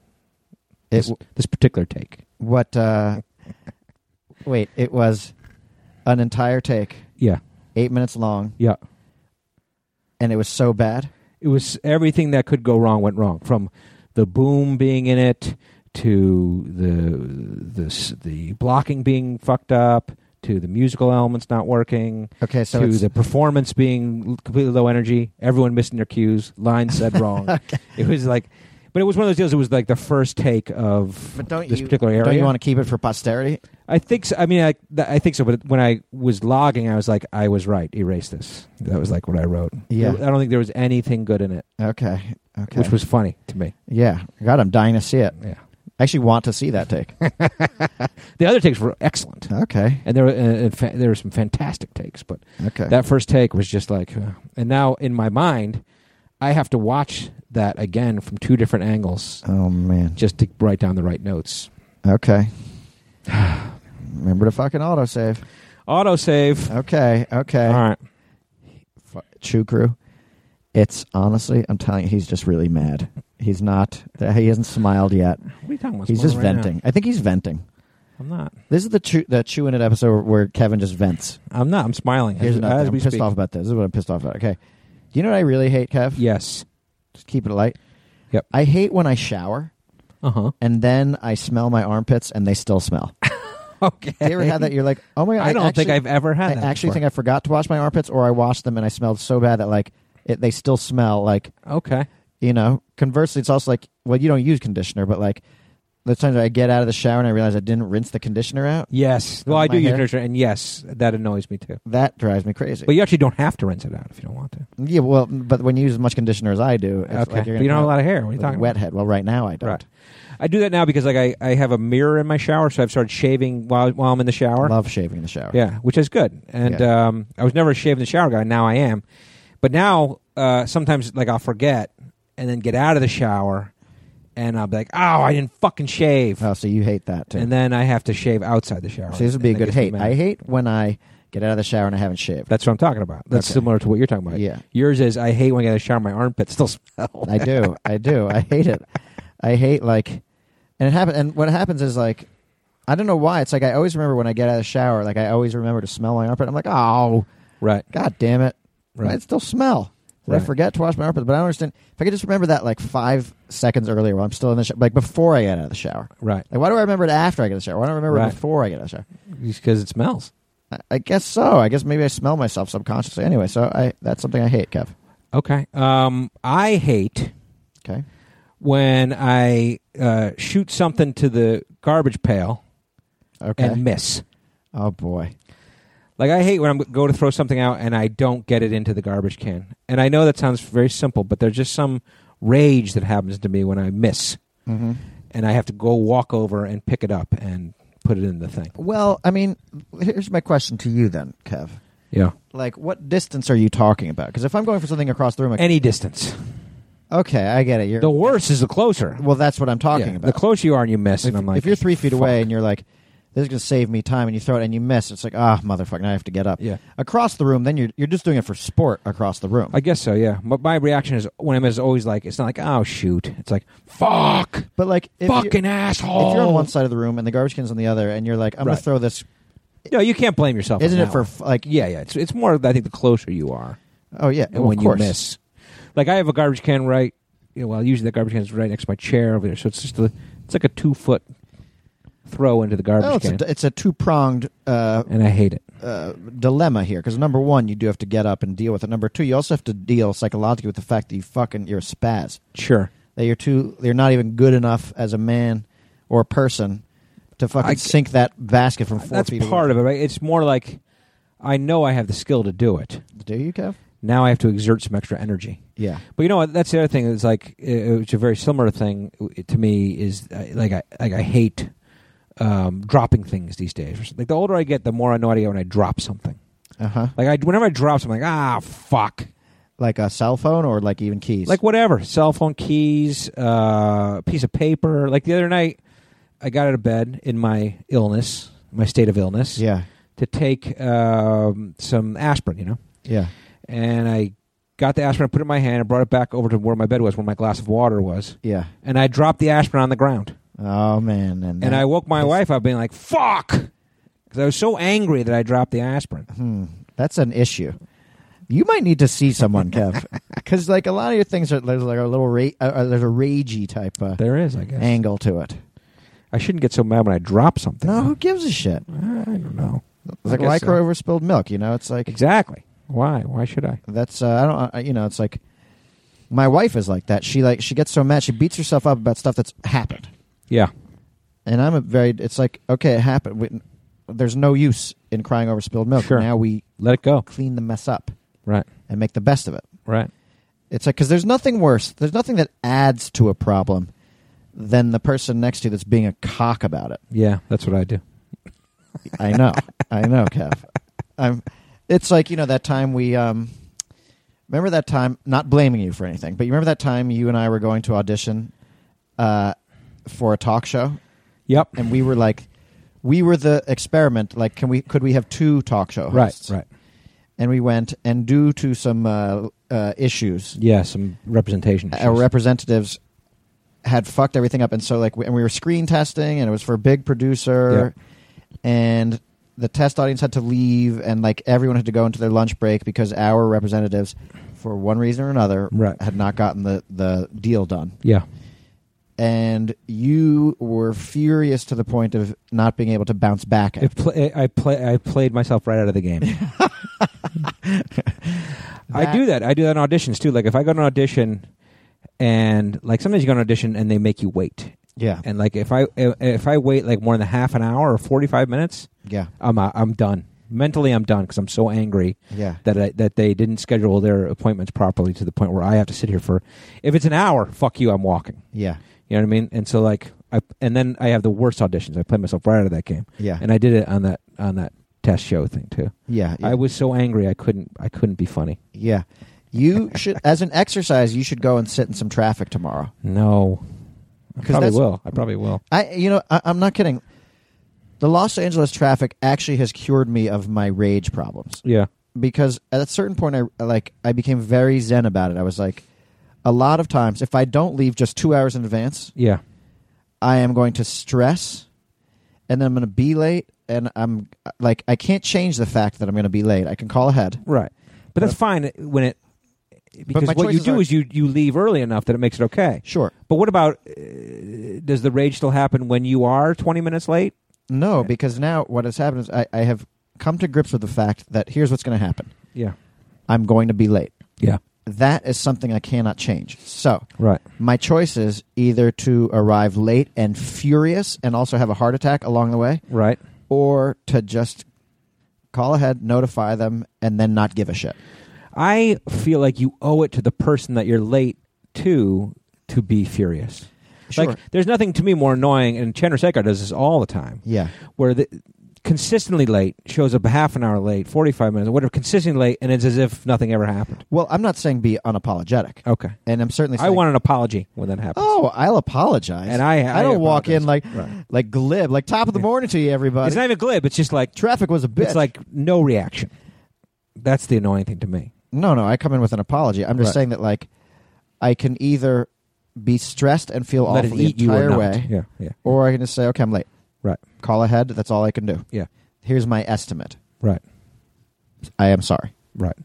S3: It,
S4: this, this particular take.
S3: what? Uh, wait, it was an entire take,
S4: Yeah,
S3: eight minutes long,
S4: yeah.
S3: and it was so bad.
S4: it was everything that could go wrong went wrong from the boom being in it to the the s- the blocking being fucked up to the musical elements not working
S3: Okay, so
S4: to
S3: it's,
S4: the performance being l- completely low energy everyone missing their cues lines
S3: *laughs*
S4: said wrong it was like but it was one of those deals it was like the first take of
S3: But don't
S4: this
S3: you-
S4: particular area
S3: don't you want to keep it for posterity?
S4: i think so i mean I, th- I think so but when i was logging i was like i was right erase this that was like what i wrote
S3: Yeah.
S4: i don't think there was anything good in it
S3: Okay, okay.
S4: which was funny to me
S3: yeah. God, I'm dying to see it.
S4: Yeah.
S3: I actually want to see that take.
S4: *laughs* The other takes were excellent,
S3: okay,
S4: and there were, uh, in fa- there were some fantastic takes. But
S3: okay.
S4: that first take was just like, uh, and now in my mind, I have to watch that again from two different angles
S3: oh man.
S4: just to write down the right notes.
S3: Okay. *sighs* Remember to fucking autosave.
S4: Autosave.
S3: Okay, okay.
S4: All right.
S3: Chew Crew. It's honestly, I'm telling you, he's just really mad. He's not. He hasn't smiled yet.
S4: What are you talking about?
S3: he's
S4: Smile
S3: just
S4: right now.
S3: venting. I think he's venting.
S4: I'm not.
S3: This is the chew, the chewing it episode where Kevin just vents.
S4: I'm not. I'm smiling.
S3: Here's
S4: as,
S3: another.
S4: as
S3: thing. I'm
S4: we
S3: pissed
S4: speak.
S3: off about this. This is what I'm pissed off about. Okay. Do you know what I really hate, Kev?
S4: Yes.
S3: Just keep it light.
S4: Yep.
S3: I hate when I shower
S4: Uh huh.
S3: and then I smell my armpits and they still smell.
S4: *laughs* Okay.
S3: Do you ever have that? You're like, oh my god.
S4: *laughs* I don't
S3: actually,
S4: think I've ever had
S3: I
S4: that.
S3: actually think I forgot to wash my armpits, or I washed them and I smelled so bad that like it, they still smell like
S4: I. Okay.
S3: you know conversely it's also like well you don't use conditioner but like the times i get out of the shower and i realize i didn't rinse the conditioner out
S4: Yes. Well, I
S3: my
S4: do use
S3: hair?
S4: nurture, and yes, that annoys me too.
S3: that drives me crazy
S4: But you actually don't have to rinse it out if you don't want to.
S3: yeah well but when you use as much conditioner as i do it's
S4: okay.
S3: like
S4: but
S3: you're gonna
S4: you don't have a lot of hair. What
S3: come
S4: are you
S3: out
S4: talking
S3: with
S4: about?
S3: a wethead well right now i don't
S4: Right. I do that now because like I, I have a mirror in my shower, so I've started shaving while while I'm in the shower.
S3: love shaving in the shower
S4: Yeah, which is good. And um, I was never a shave in the shower guy. Now I am, but now uh, sometimes like I'll forget and then get out of the shower, and I'll be like, oh, I didn't fucking shave,
S3: oh so you hate that too
S4: and then I have to shave outside the shower.
S3: so this would be a
S4: And that
S3: good
S4: gets me
S3: hate
S4: mad.
S3: i hate when i get out of the shower and i haven't shaved
S4: That's what I'm talking about. That's
S3: Okay.
S4: similar to what you're talking about.
S3: Yeah.
S4: Yours is I hate when I get out of the shower, my armpits still *laughs* smell.
S3: I do. I do. I hate it. I hate like, and it happen. And what happens is like, I don't know why. It's like I always remember when I get out of the shower. Like I always remember to smell my armpit. I'm like, oh,
S4: right.
S3: god damn it!
S4: Right.
S3: I still smell. Did
S4: Right.
S3: I forget to wash my armpit? But I don't understand. If I could just remember that like five seconds earlier while I'm still in the shower, like before I get out of the shower.
S4: Right.
S3: Like why do I remember it after I get out of the shower? Why don't I remember
S4: Right.
S3: it before I get out of the shower?
S4: Because it smells.
S3: I, I guess so. I guess maybe I smell myself subconsciously anyway. So I that's something I hate, Kev.
S4: Okay. Um, I hate
S3: Okay.
S4: when I uh, shoot something to the garbage pail
S3: Okay.
S4: and miss.
S3: oh boy.
S4: Like I hate when I'm go to throw something out and I don't get it into the garbage can. And I know that sounds very simple, but there's just some rage that happens to me when I miss,
S3: Mm-hmm.
S4: and I have to go walk over and pick it up and put it in the thing.
S3: Well, I mean, here's my question to you then, Kev.
S4: Yeah.
S3: Like, what distance are you talking about? Because if I'm going for something across the room, like,
S4: Any distance.
S3: okay, I get it. You're
S4: The worse is the closer.
S3: well, that's what I'm talking
S4: Yeah,
S3: about.
S4: The closer you are and you miss,
S3: if,
S4: and I'm like,
S3: if you're three feet
S4: fuck.
S3: away and you're like, "This is gonna save me time," and you throw it and you miss, it's like, ah, motherfucker, now I have to get up.
S4: Yeah.
S3: Across the room, then you're you're just doing it for sport across the room.
S4: I guess so, yeah. But my reaction is when I miss, is always like, it's not like, oh, shoot. It's like, fuck.
S3: but like, if you're, if
S4: fucking asshole.
S3: you're on one side of the room and the garbage can's on the other, and you're like, "I'm gonna
S4: Right.
S3: throw this,"
S4: No, you can't blame yourself. on
S3: isn't
S4: that
S3: it for
S4: one.
S3: f- like?
S4: Yeah, yeah. It's it's more. I think the closer you are,
S3: Oh yeah,
S4: and
S3: well,
S4: when
S3: of
S4: you
S3: course.
S4: miss, like I have a garbage can right. You know, well, usually the garbage can is right next to my chair over there, so it's just a, it's like a two foot throw into the garbage
S3: Oh, it's
S4: can,
S3: a, it's a two pronged uh,
S4: and I hate it.
S3: uh, dilemma here because number one, you do have to get up and deal with it. Number two, you also have to deal psychologically with the fact that you fucking you're a spaz.
S4: Sure,
S3: That you're too, you're not even good enough as a man or a person to fucking
S4: I-
S3: sink that basket from four
S4: that's
S3: feet.
S4: part of it. Right? It's more like I know I have the skill to do it.
S3: it. Do you, Kev?
S4: Now I have to exert some extra energy.
S3: Yeah.
S4: But you know what? That's the other thing. Is like uh, it's a very similar thing uh, to me. Is uh, like I like I hate um, dropping things these days. Like the older I get, the more annoyed I get when I drop something.
S3: Uh huh.
S4: Like I whenever I drop something, like ah fuck,
S3: Like a cell phone or like even keys.
S4: like whatever, cell phone keys, uh, piece of paper. Like the other night, I got out of bed in my illness, my state of illness,
S3: yeah,
S4: to take um, some aspirin. You know.
S3: yeah.
S4: and I got the aspirin, I put it in my hand, and brought it back over to where my bed was, where my glass of water was,
S3: Yeah.
S4: and I dropped the aspirin on the ground.
S3: Oh man, and,
S4: And I woke my
S3: Yes.
S4: wife up being like, "Fuck," because I was so angry that I dropped the aspirin.
S3: Hmm, that's an issue. You might need to see someone,
S4: *laughs*
S3: Kev, because like a lot of your things are there's like a little ra- uh, uh, there's a ragey type uh,
S4: There is, I guess.
S3: angle to it.
S4: I shouldn't get so mad when I drop something.
S3: No, who gives a shit?
S4: I don't know.
S3: It's like
S4: I guess
S3: lycra
S4: so.
S3: over spilled milk. You know, it's like
S4: Exactly. Why? Why should I?
S3: that's uh, I don't uh, you know it's like my wife is like that. She like she gets so mad she beats herself up about stuff that's happened.
S4: Yeah.
S3: And I'm a very it's like okay it happened. We, there's no use in crying over spilled milk.
S4: Sure.
S3: Now we
S4: Let it go.
S3: clean the mess up
S4: Right.
S3: and make the best of it.
S4: Right.
S3: It's like because there's nothing worse. There's nothing that adds to a problem than the person next to you that's being a cock about it.
S4: Yeah. That's what I do.
S3: I
S4: *laughs*
S3: know, I know, Kev. I'm. It's like you know that time we um. Remember that time? Not blaming you for anything, but you remember that time you and I were going to audition, uh, for a talk show,
S4: Yep.
S3: and we were like, we were the experiment. Like, can we? Could we have two talk show
S4: Right.
S3: hosts?
S4: Right.
S3: And we went, and due to some uh, uh, issues,
S4: Yeah. Some representation. Issues.
S3: our representatives had fucked everything up, and so like, we, and we were screen testing, and it was for a big producer, and the test audience had to leave, and like everyone had to go into their lunch break because our representatives, for one reason or another,
S4: Right.
S3: had not gotten the the deal done,
S4: yeah.
S3: and you were furious to the point of not being able to bounce back.
S4: It pla I play. I played myself right out of the game. I do that. I do that in auditions too. Like if I go to an audition, and like sometimes you go to an audition and they make you wait.
S3: yeah,
S4: And like if I if I wait like more than half an hour or forty five minutes,
S3: yeah,
S4: I'm out I'm done. Mentally, I'm done because I'm so angry
S3: yeah.
S4: that I, that they didn't schedule their appointments properly to the point where I have to sit here for. If it's an hour, fuck you. I'm walking.
S3: Yeah,
S4: You know what I mean? And so like I and then I have the worst auditions. I played myself right out of that game.
S3: yeah,
S4: And I did it on that on that test show thing too.
S3: yeah. yeah.
S4: I was so angry I couldn't I couldn't be funny.
S3: yeah. You should, as an exercise, you should go and sit in some traffic tomorrow.
S4: No. I
S3: 'Cause
S4: probably
S3: that's-
S4: will. I probably will.
S3: I, you know, I, I'm not kidding. The Los Angeles traffic actually has cured me of my rage problems
S4: Yeah.
S3: because at a certain point, I like I became very zen about it. I was like, a lot of times, if I don't leave just two hours in advance,
S4: Yeah.
S3: I am going to stress, and then I'm going to be late, and I'm like, I can't change the fact that I'm going to be late. I can call ahead.
S4: Right. But that's fine uh, when it because
S3: my
S4: what you
S3: choices
S4: do
S3: are-
S4: is you you leave early enough that it makes it okay.
S3: Sure.
S4: But what about uh, does the rage still happen when you are 20 minutes late?
S3: No, because now what has happened is I, I have come to grips with the fact that here's what's going to happen.
S4: Yeah.
S3: I'm going to be late.
S4: Yeah.
S3: That is something I cannot change. So
S4: Right.
S3: my choice is either to arrive late and furious and also have a heart attack along the way,
S4: Right.
S3: or to just call ahead, notify them, and then not give a shit.
S4: I feel like you owe it to the person that you're late to to be furious.
S3: Sure.
S4: Like there's nothing to me more annoying and Chandra Sekhar does this all the time.
S3: yeah.
S4: where the consistently late shows up half an hour late, 45 minutes, whatever, consistently late, and it's as if nothing ever happened.
S3: Well, I'm not saying be unapologetic,
S4: Okay.
S3: and I'm certainly.
S4: I
S3: saying-
S4: want an apology when that happens.
S3: Oh, I'll apologize,
S4: And I- I
S3: don't walk
S4: apologize.
S3: in like
S4: Right.
S3: like glib, like top of the morning to you, everybody.
S4: it's not even glib. It's just like,
S3: Traffic was a bitch.
S4: it's like no reaction. That's the annoying thing to me.
S3: No, no, I come in with an apology. I'm just
S4: Right.
S3: saying that like I can either be stressed and feel
S4: Let
S3: awful
S4: it
S3: the
S4: eat you
S3: entire
S4: or not.
S3: way,
S4: Yeah, yeah,
S3: or I can just say, okay, I'm late.
S4: Right.
S3: Call ahead. That's all I can do.
S4: Yeah.
S3: Here's my estimate.
S4: right,
S3: I am sorry.
S4: right.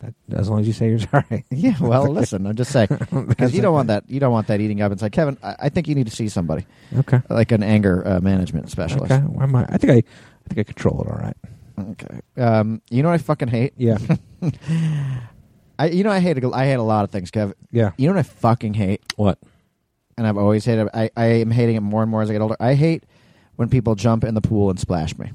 S4: That, as long as you say you're sorry.
S3: *laughs* *laughs* Yeah, well, listen, I'm just saying because you don't *laughs* want that. You don't want that eating up inside. Kevin, I, I think you need to see somebody
S4: Okay.
S3: like an anger uh, management specialist.
S4: Okay. Why am I, I think I, I think I control it all right.
S3: Okay. Um, you know what I fucking hate? *laughs*
S4: Yeah.
S3: I you know I hate a, I hate a lot of things, Kevin.
S4: Yeah.
S3: You know what I fucking hate,
S4: What?
S3: and I've always hated. I I am hating it more and more as I get older. I hate when people jump in the pool and splash me.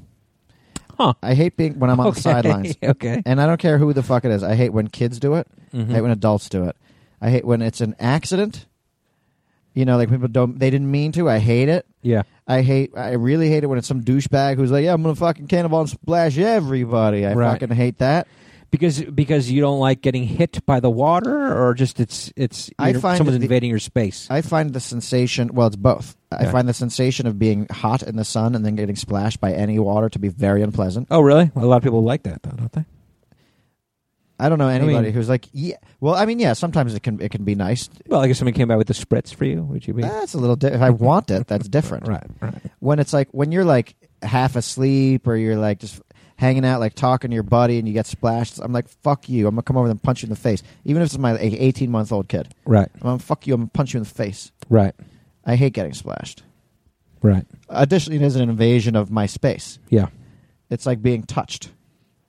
S4: Huh.
S3: I hate being when I'm on the sidelines.
S4: *laughs* okay.
S3: And I don't care who the fuck it is. I hate when kids do it. I hate
S4: Mhm.
S3: when adults do it. I hate when it's an accident. You know, like people don't they didn't mean to. I hate it.
S4: Yeah.
S3: I hate I really hate it when it's some douchebag who's like, "Yeah, I'm going to fucking cannonball and splash everybody." I
S4: Right.
S3: fucking hate that.
S4: Because because you don't like getting hit by the water, or just it's it's
S3: I
S4: you're-
S3: find
S4: someone's
S3: that the-
S4: invading your space.
S3: I find the sensation, well, it's both. I
S4: Yeah.
S3: find the sensation of being hot in the sun and then getting splashed by any water to be very unpleasant.
S4: oh, really? Well, a lot of people like that, though, don't they?
S3: I don't know
S4: mean-
S3: anybody who's like, "Yeah, well, I mean, yeah, sometimes it can it can be nice.
S4: Well, I guess somebody came by with the spritz for you. Would you be
S3: That's a little di- if I want it, that's different.
S4: *laughs* right? Right.
S3: when it's like when you're like half asleep or you're like just hanging out like talking to your buddy and you get splashed i'm like fuck you i'm gonna come over there and punch you in the face even if it's my 18 month old kid
S4: Right.
S3: i'm gonna fuck you i'm gonna punch you in the face
S4: Right.
S3: i hate getting splashed
S4: Right.
S3: additionally it is an invasion of my space
S4: Yeah.
S3: it's like being touched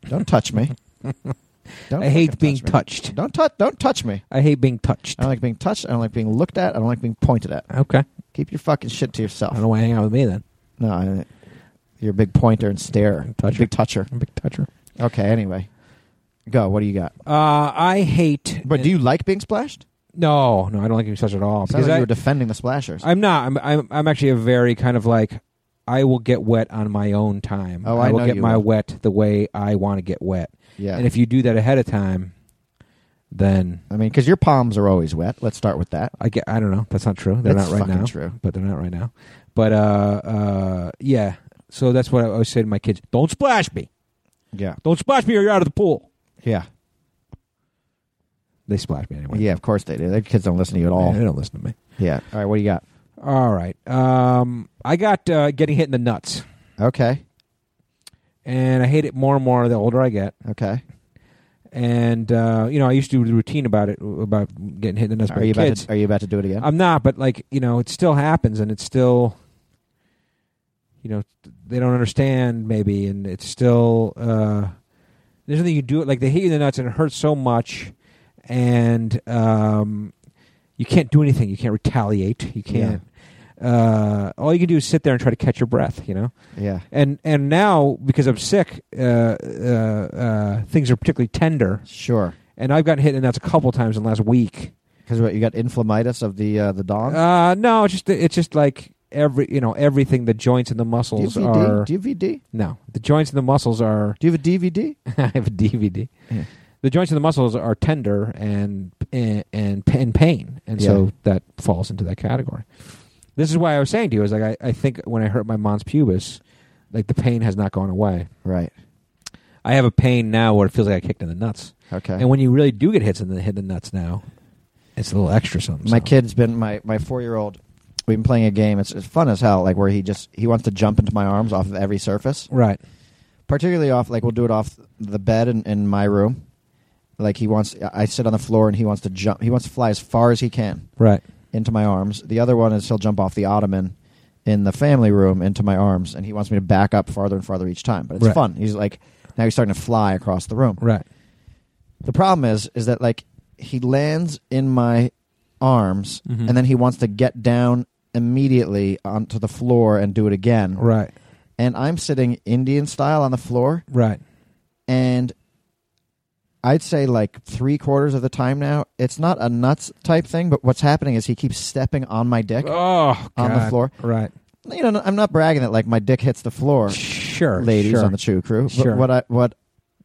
S3: don't touch
S4: *laughs*
S3: me don't
S4: I hate
S3: fucking
S4: being
S3: touch me.
S4: touched.
S3: don't touch don't touch me
S4: I hate being touched.
S3: i don't like being touched i don't like being looked at i don't like being pointed at
S4: okay.
S3: keep your fucking shit to
S4: I
S3: yourself
S4: don't know why you hang out with me then.
S3: no I, you're a big pointer and starer
S4: Toucher.
S3: big toucher
S4: I'm a big toucher.
S3: Okay, anyway. Go, what do you got?
S4: Uh, I hate.
S3: But do you like being splashed?
S4: No, no, I don't like being touched at all.
S3: Sounds
S4: Because
S3: like
S4: I,
S3: you were defending the splashers.
S4: I'm not. I'm, I'm I'm actually a very kind of like I will get wet on my own time.
S3: Oh, I
S4: will
S3: know
S4: get
S3: you
S4: my
S3: will.
S4: wet the way I want to get wet.
S3: yeah.
S4: And if you do that ahead of time, then
S3: I mean, because your palms are always wet. Let's start with that.
S4: I get. I don't know. That's not true. They're
S3: That's
S4: not right
S3: fucking
S4: now.
S3: true.
S4: But they're not right now. But uh, uh, yeah. So that's what I always say to my kids: Don't splash me.
S3: Yeah.
S4: Don't splash me, or you're out of the pool.
S3: Yeah.
S4: They splash me anyway.
S3: Yeah, of course they do. Their kids don't listen to you at
S4: They
S3: all.
S4: don't listen to me.
S3: Yeah. All right, what do you got?
S4: All right. Um, I got uh, getting hit in the nuts,
S3: Okay.
S4: and I hate it more and more the older I get.
S3: Okay.
S4: And uh, you know, I used to do the routine about it, about getting hit in the nuts
S3: Are
S4: by
S3: you, about
S4: kids.
S3: to, are you about to do it again?
S4: I'm not, but like you know, it still happens, and it's still, you know, they don't understand maybe, and it's still. Uh, there's nothing you do. Like they hit you in the nuts, and it hurts so much, and um, you can't do anything. You can't retaliate. You can't. Uh, all you can do is sit there and try to catch your breath. You know
S3: yeah.
S4: and and now because I'm sick, uh, uh, uh, things are particularly tender,
S3: Sure.
S4: and I've gotten hit in the nuts a couple times in the last week.
S3: Because what, you got inflammitis of the uh, the dog?
S4: Uh, no, it's just it's just like every you know everything the joints and the
S3: do you have
S4: muscles
S3: VD?
S4: are
S3: Do you have VD?
S4: no the joints and the muscles are *laughs*
S3: Do you have a DVD?
S4: I have a DVD.
S3: Yeah.
S4: The joints and the muscles are tender and and and, and pain, and
S3: Yeah.
S4: so that falls into that category. This is why I was saying to you is like I, I think when I hurt my mom's pubis, like the pain has not gone away.
S3: Right.
S4: I have a pain now where it feels like I kicked in the nuts.
S3: Okay.
S4: And when you really do get hits in the hit in the nuts now, it's a little extra something.
S3: my
S4: so.
S3: kid's been my my four year old. We've been playing a game. It's, it's fun as hell. Like where he just he wants to jump into my arms off of every surface.
S4: right?
S3: particularly off like we'll do it off the bed in, in my room like he wants i sit on the floor and he wants to jump he wants to fly as far as he can
S4: Right.
S3: into my arms the other one is he'll jump off the ottoman in the family room into my arms and he wants me to back up farther and farther each time but it's
S4: Right.
S3: fun he's like now he's starting to fly across the room
S4: Right.
S3: the problem is is that like he lands in my arms
S4: Mhm.
S3: and then he wants to get down immediately onto the floor and do it again
S4: Right.
S3: and i'm sitting indian style on the floor
S4: Right.
S3: and I'd say like three quarters of the time now, it's not a nuts type thing, but what's happening is he keeps stepping on my dick
S4: Oh,
S3: on the
S4: God.
S3: floor.
S4: Right.
S3: You know, I'm not bragging that like my dick hits the floor,
S4: Sure.
S3: ladies
S4: sure.
S3: on the Chew Crew. But
S4: Sure.
S3: what I what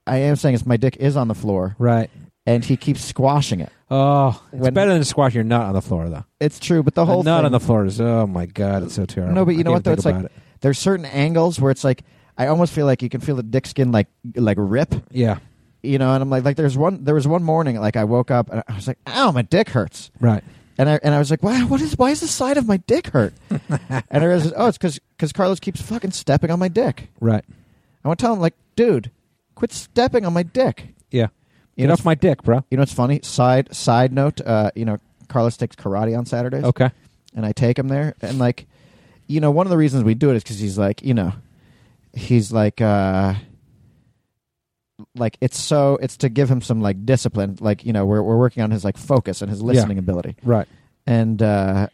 S3: I am saying is my dick is on the floor,
S4: right.
S3: and he keeps squashing it.
S4: Oh, it's
S3: When-
S4: better than squashing your nut on the floor though.
S3: It's true, but the whole
S4: a nut
S3: thing,
S4: on the floor is oh my God, it's so terrible.
S3: No, but you
S4: I
S3: know
S4: can't
S3: what, though?
S4: think
S3: It's like-
S4: about it.
S3: there's certain angles where it's like I almost feel like you can feel the dick skin like like rip,
S4: yeah.
S3: you know. And I'm like, like there's one there was one morning like I woke up and I was like, ow, my dick hurts.
S4: Right.
S3: And I and I was like, why? What is? Why is the side of my dick
S4: *laughs*
S3: hurt? and I realized, oh, it's because Carlos keeps fucking stepping on my dick.
S4: Right.
S3: I want to tell him, like, dude, quit stepping on my dick.
S4: Yeah.
S3: You
S4: Get
S3: know,
S4: off my dick, bro.
S3: you know what's funny? Side side note, uh, you know, Carlos takes karate on Saturdays.
S4: Okay.
S3: and I take him there. And like, you know, one of the reasons we do it is because he's like, you know, he's like, uh, like it's so it's to give him some like discipline. Like you know, we're we're working on his like focus and his listening ability.
S4: Right.
S3: And uh,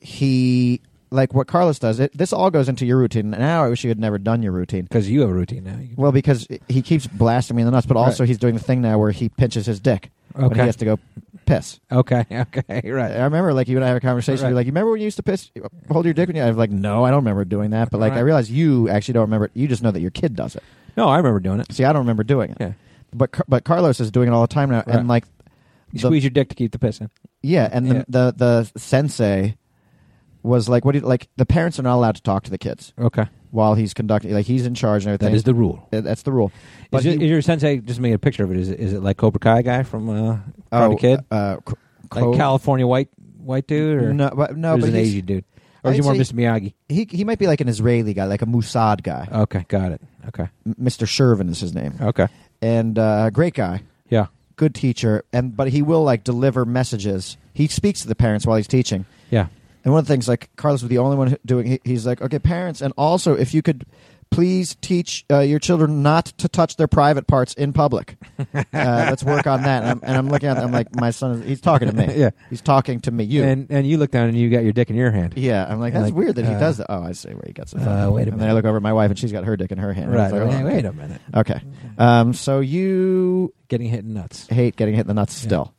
S3: he like what Carlos does. It this all goes into your routine. Now I wish you had never done your routine.
S4: Because you have a routine now. You-
S3: Well, because he keeps blasting me in the nuts, but also he's doing the thing now where he pinches his dick when he
S4: Okay.
S3: has to go piss.
S4: Okay. *laughs* Okay. Right.
S3: I remember like you and I had a conversation.
S4: Right.
S3: You're like, you remember when you used to piss, hold your dick when you? I was like, no, I don't remember doing that. But like,
S4: Right.
S3: I realized you actually don't remember. it. You just know that your kid does it.
S4: No, I remember doing it.
S3: See, I don't remember doing it.
S4: Yeah.
S3: But Car- but Carlos is doing it all the time now,
S4: Right.
S3: and like,
S4: You
S3: The-
S4: squeeze your dick to keep the piss in.
S3: yeah, and
S4: Yeah.
S3: The, the the sensei was like, what do you like? The parents are not allowed to talk to the kids
S4: Okay.
S3: while he's conducting. Like he's in charge and everything.
S4: That is the rule.
S3: Th- that's the rule.
S4: Is,
S3: But
S4: it,
S3: he-
S4: is your sensei just make a picture of it? Is it is it like Cobra Kai guy from uh, Karate
S3: oh,
S4: Kid,
S3: uh, co-
S4: like
S3: co-
S4: California white white dude, or
S3: No, but
S4: or
S3: no,
S4: is
S3: but
S4: it an
S3: he's-
S4: Asian dude, or is
S3: I'd
S4: he more
S3: say-
S4: Mr. Miyagi?
S3: he he might be like an Israeli guy, like a Mossad guy.
S4: Okay, got it. Okay,
S3: M- Mr. Shervin is his name,
S4: okay,
S3: and uh, great guy.
S4: yeah,
S3: good teacher, and but he will like deliver messages. He speaks to the parents while he's teaching. *laughs*
S4: yeah,
S3: And one of the things, like Carlos was the only one who- doing. He, he's like, okay, parents, and also if you could please teach uh, your children not to touch their private parts in
S4: *laughs*
S3: public. uh, let's work on that. And I'm, and I'm looking at. I'm like, my son is. He's talking to me.
S4: *laughs* Yeah.
S3: he's talking to me. You.
S4: And and you look down and you got your dick in your hand.
S3: yeah, I'm like
S4: and
S3: that's
S4: like,
S3: weird that he
S4: uh,
S3: does that. Oh, I see where he gets it. from.
S4: uh, wait a
S3: And then I
S4: minute.
S3: look over at my wife, and she's got her dick in her hand. I
S4: Right.
S3: was like,
S4: Hey,
S3: oh,
S4: wait a
S3: *laughs*
S4: minute. Uh,
S3: Okay. Um. So you
S4: Getting hit in nuts.
S3: hate getting hit in the nuts
S4: Yeah.
S3: still.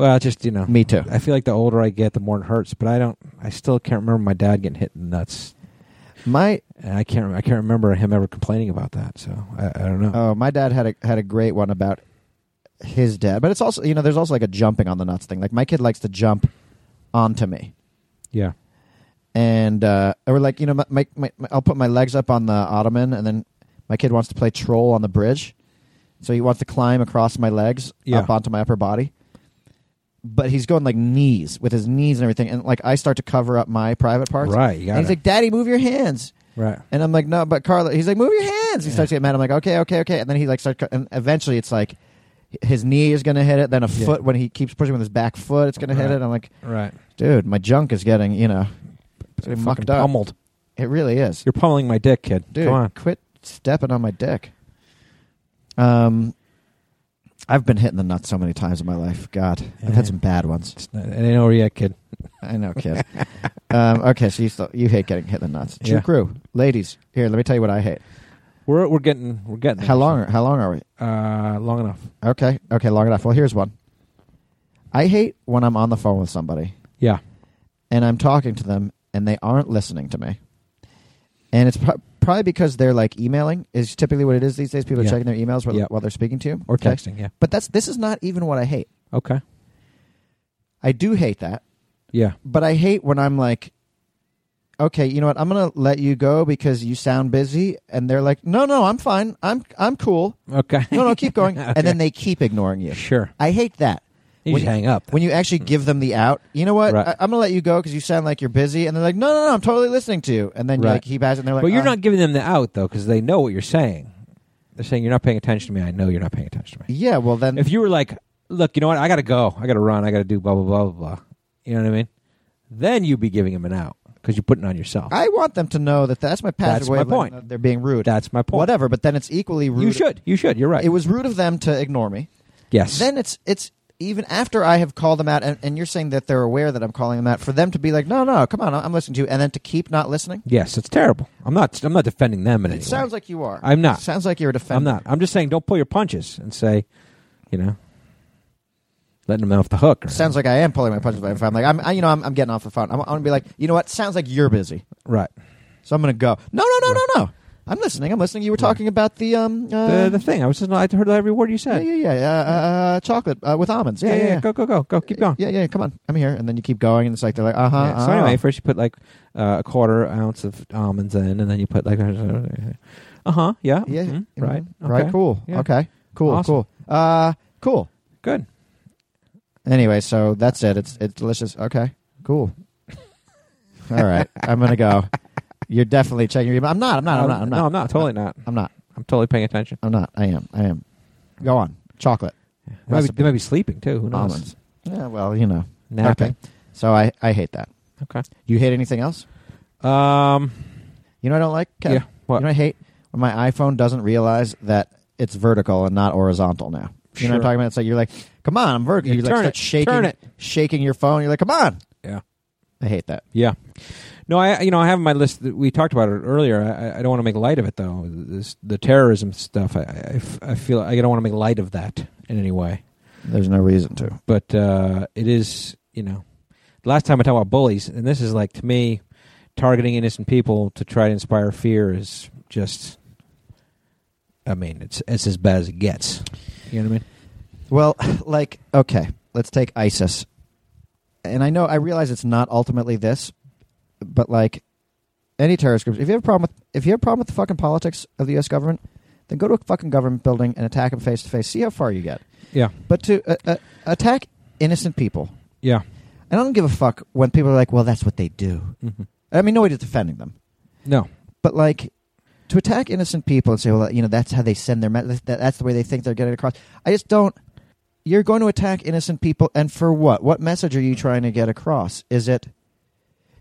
S4: Well, just you know,
S3: Me too.
S4: I feel like the older I get, the more it hurts. But I don't. I still can't remember my dad getting hit in the nuts,
S3: My
S4: and I can't. I can't remember him ever complaining about that. So I, I don't know.
S3: Oh, my dad had a had a great one about his dad, but it's also you know there's also like a jumping on the nuts thing. Like my kid likes to jump onto me,
S4: yeah.
S3: and uh, or like you know my, my, my, I'll put my legs up on the ottoman, and then my kid wants to play troll on the bridge, so he wants to climb across my legs
S4: Yeah.
S3: up onto my upper body. But he's going like knees with his knees and everything, and like I start to cover up my private parts.
S4: Right. You
S3: And
S4: got
S3: he's
S4: it.
S3: like, "Daddy, move your hands."
S4: right.
S3: And I'm like, no, but Carla, he's like, move your hands. He starts to get mad. I'm like, okay, okay, okay. And then he like starts, and eventually it's like his knee is going to hit it. Then a
S4: Yeah.
S3: foot, when he keeps pushing with his back foot, it's going to hit
S4: Right.
S3: it. I'm like,
S4: Right.
S3: dude, my junk is getting, you know, it's getting
S4: Fucking
S3: mucked up.
S4: pummeled.
S3: It really is.
S4: You're pummeling my dick, kid.
S3: Dude,
S4: Come on.
S3: quit stepping on my dick. Um, I've been hitting the nuts so many times in my life. God, I've
S4: Yeah.
S3: had some bad ones.
S4: *laughs* It's not, it ain't over yet, kid.
S3: I know, kid. um, okay, so you still, you hate getting hit in the nuts. True
S4: Yeah.
S3: crew, ladies. Here, let me tell you what I hate.
S4: We're we're getting we're getting
S3: How long? How long are we?
S4: Uh, long enough.
S3: Okay. Okay. Long enough. Well, here's one. I hate when I'm on the phone with somebody
S4: Yeah.
S3: and I'm talking to them and they aren't listening to me. And it's pro- probably because they're like emailing is typically what it is these days. People are
S4: Yeah.
S3: checking their emails while,
S4: Yeah.
S3: while they're speaking to you
S4: Or
S3: Okay.
S4: texting. Yeah.
S3: But that's this is not even what I hate.
S4: Okay.
S3: I do hate that,
S4: Yeah.
S3: but I hate when I'm like, okay, you know what? I'm gonna let you go because you sound busy, and they're like, no, no, I'm fine. I'm I'm cool.
S4: Okay.
S3: No, no, keep
S4: *laughs*
S3: going.
S4: Okay.
S3: And then they keep ignoring you.
S4: Sure.
S3: I hate that.
S4: You
S3: When
S4: just
S3: you-
S4: hang up.
S3: when you actually give them the out, you know what?
S4: Right.
S3: I, I'm gonna let you go because you sound like you're busy, and they're like, no, no, no, I'm totally listening to you, and then you
S4: Right.
S3: like he has it, and they're like,
S4: but you're
S3: "Oh."
S4: not giving them the out though, because they know what you're saying. They're saying you're not paying attention to me. I know you're not paying attention to me.
S3: Yeah, well then,
S4: If you were like, look, you know what? I got to go. I got to run. I got to do blah blah blah blah blah. You know what I mean? Then you'd be giving them an out because you're putting on yourself.
S3: I want them to know that that's my passive
S4: That's
S3: way
S4: my
S3: of letting
S4: point.
S3: them know They're being rude.
S4: That's my point.
S3: Whatever, but then it's equally rude.
S4: You should. You should. You're right.
S3: It was rude of them to ignore me.
S4: yes.
S3: Then it's it's even after I have called them out, and, and you're saying that they're aware that I'm calling them out for them to be like, no, no, come on, I'm listening to you, and then to keep not listening.
S4: yes. It's terrible. I'm not. I'm not defending them in
S3: It
S4: any way.
S3: sounds like you are.
S4: I'm not.
S3: Sounds like you're defending.
S4: I'm not. I'm just saying, don't pull your punches and say, you know, letting them off the hook. Or
S3: Sounds like I am pulling my punches if I'm like, I'm, I, you know, I'm, I'm getting off the phone. I'm, I'm gonna be like, you know what? Sounds like you're busy.
S4: right.
S3: So I'm going to go. No, no, no, no, no. I'm listening. I'm listening. You were talking about the um. Uh,
S4: The, the thing. I was just. I heard every word you
S3: yeah,
S4: said.
S3: yeah, yeah. Uh, uh, chocolate uh, with almonds. Yeah, yeah, yeah.
S4: Go, go, go, go. Keep going.
S3: Yeah, yeah. Come on, I'm here. And then you keep going, and it's like they're like, uh huh.
S4: Yeah, So anyway, first you put like uh, a quarter ounce of almonds in, and then you put like, *laughs* uh huh, yeah,
S3: yeah,
S4: mhm,
S3: mhm.
S4: right,
S3: right,
S4: okay,
S3: cool,
S4: yeah.
S3: okay, cool,
S4: Awesome.
S3: cool, uh, cool.
S4: good.
S3: Anyway, so that's it. It's it's delicious. Okay, cool. *laughs* All right, I'm gonna go. You're definitely checking your email. I'm not. I'm not. I'm not. I'm
S4: Um, No,
S3: not.
S4: I'm not. Totally not.
S3: I'm not.
S4: I'm totally paying attention.
S3: I'm not. I am. I am. Go on. chocolate.
S4: They might, be,
S3: Recipe.
S4: they might be sleeping too. Who knows?
S3: almonds. Yeah, well, you know.
S4: Napping.
S3: Okay. So I, I hate that.
S4: Okay.
S3: You hate anything else?
S4: Um.
S3: You know what I don't like? Kev?
S4: Yeah. What?
S3: You know what I hate? When my iPhone doesn't realize that it's vertical and not horizontal now. You know what
S4: Sure.
S3: I'm talking about? It's like you're like, come on, I'm vertical.
S4: Yeah,
S3: you like
S4: turn
S3: start
S4: it,
S3: shaking
S4: turn it.
S3: shaking your phone. You're like, come on.
S4: Yeah.
S3: I hate that.
S4: Yeah. No, I you know I have on my list. That we talked about it earlier. I, I- I don't want to make light of it though. This, the terrorism stuff. I- I, I f- I feel I don't want to make light of that in any way.
S3: There's no reason to.
S4: But uh, it is you know, last time I talked about bullies, and this is like to me, targeting innocent people to try to inspire fear is just. I mean, it's it's as bad as it gets. You know what I mean?
S3: Well, *laughs* like, okay, let's take ISIS. And I know, I realize it's not ultimately this, but like any terrorist groups, if you have a problem with, if you have a problem with the fucking politics of the U.S. government, then go to a fucking government building and attack them face to face. See how far you get.
S4: Yeah.
S3: But to uh, uh, attack innocent people,
S4: Yeah.
S3: and I don't give a fuck when people are like, well, that's what they do. I mean, nobody's defending them.
S4: Mm-hmm. No.
S3: But like to attack innocent people and say, well, you know, that's how they send their message. That, that's the way they think they're getting across. I just don't. You're going to attack innocent people, and for what? What message are you trying to get across? Is it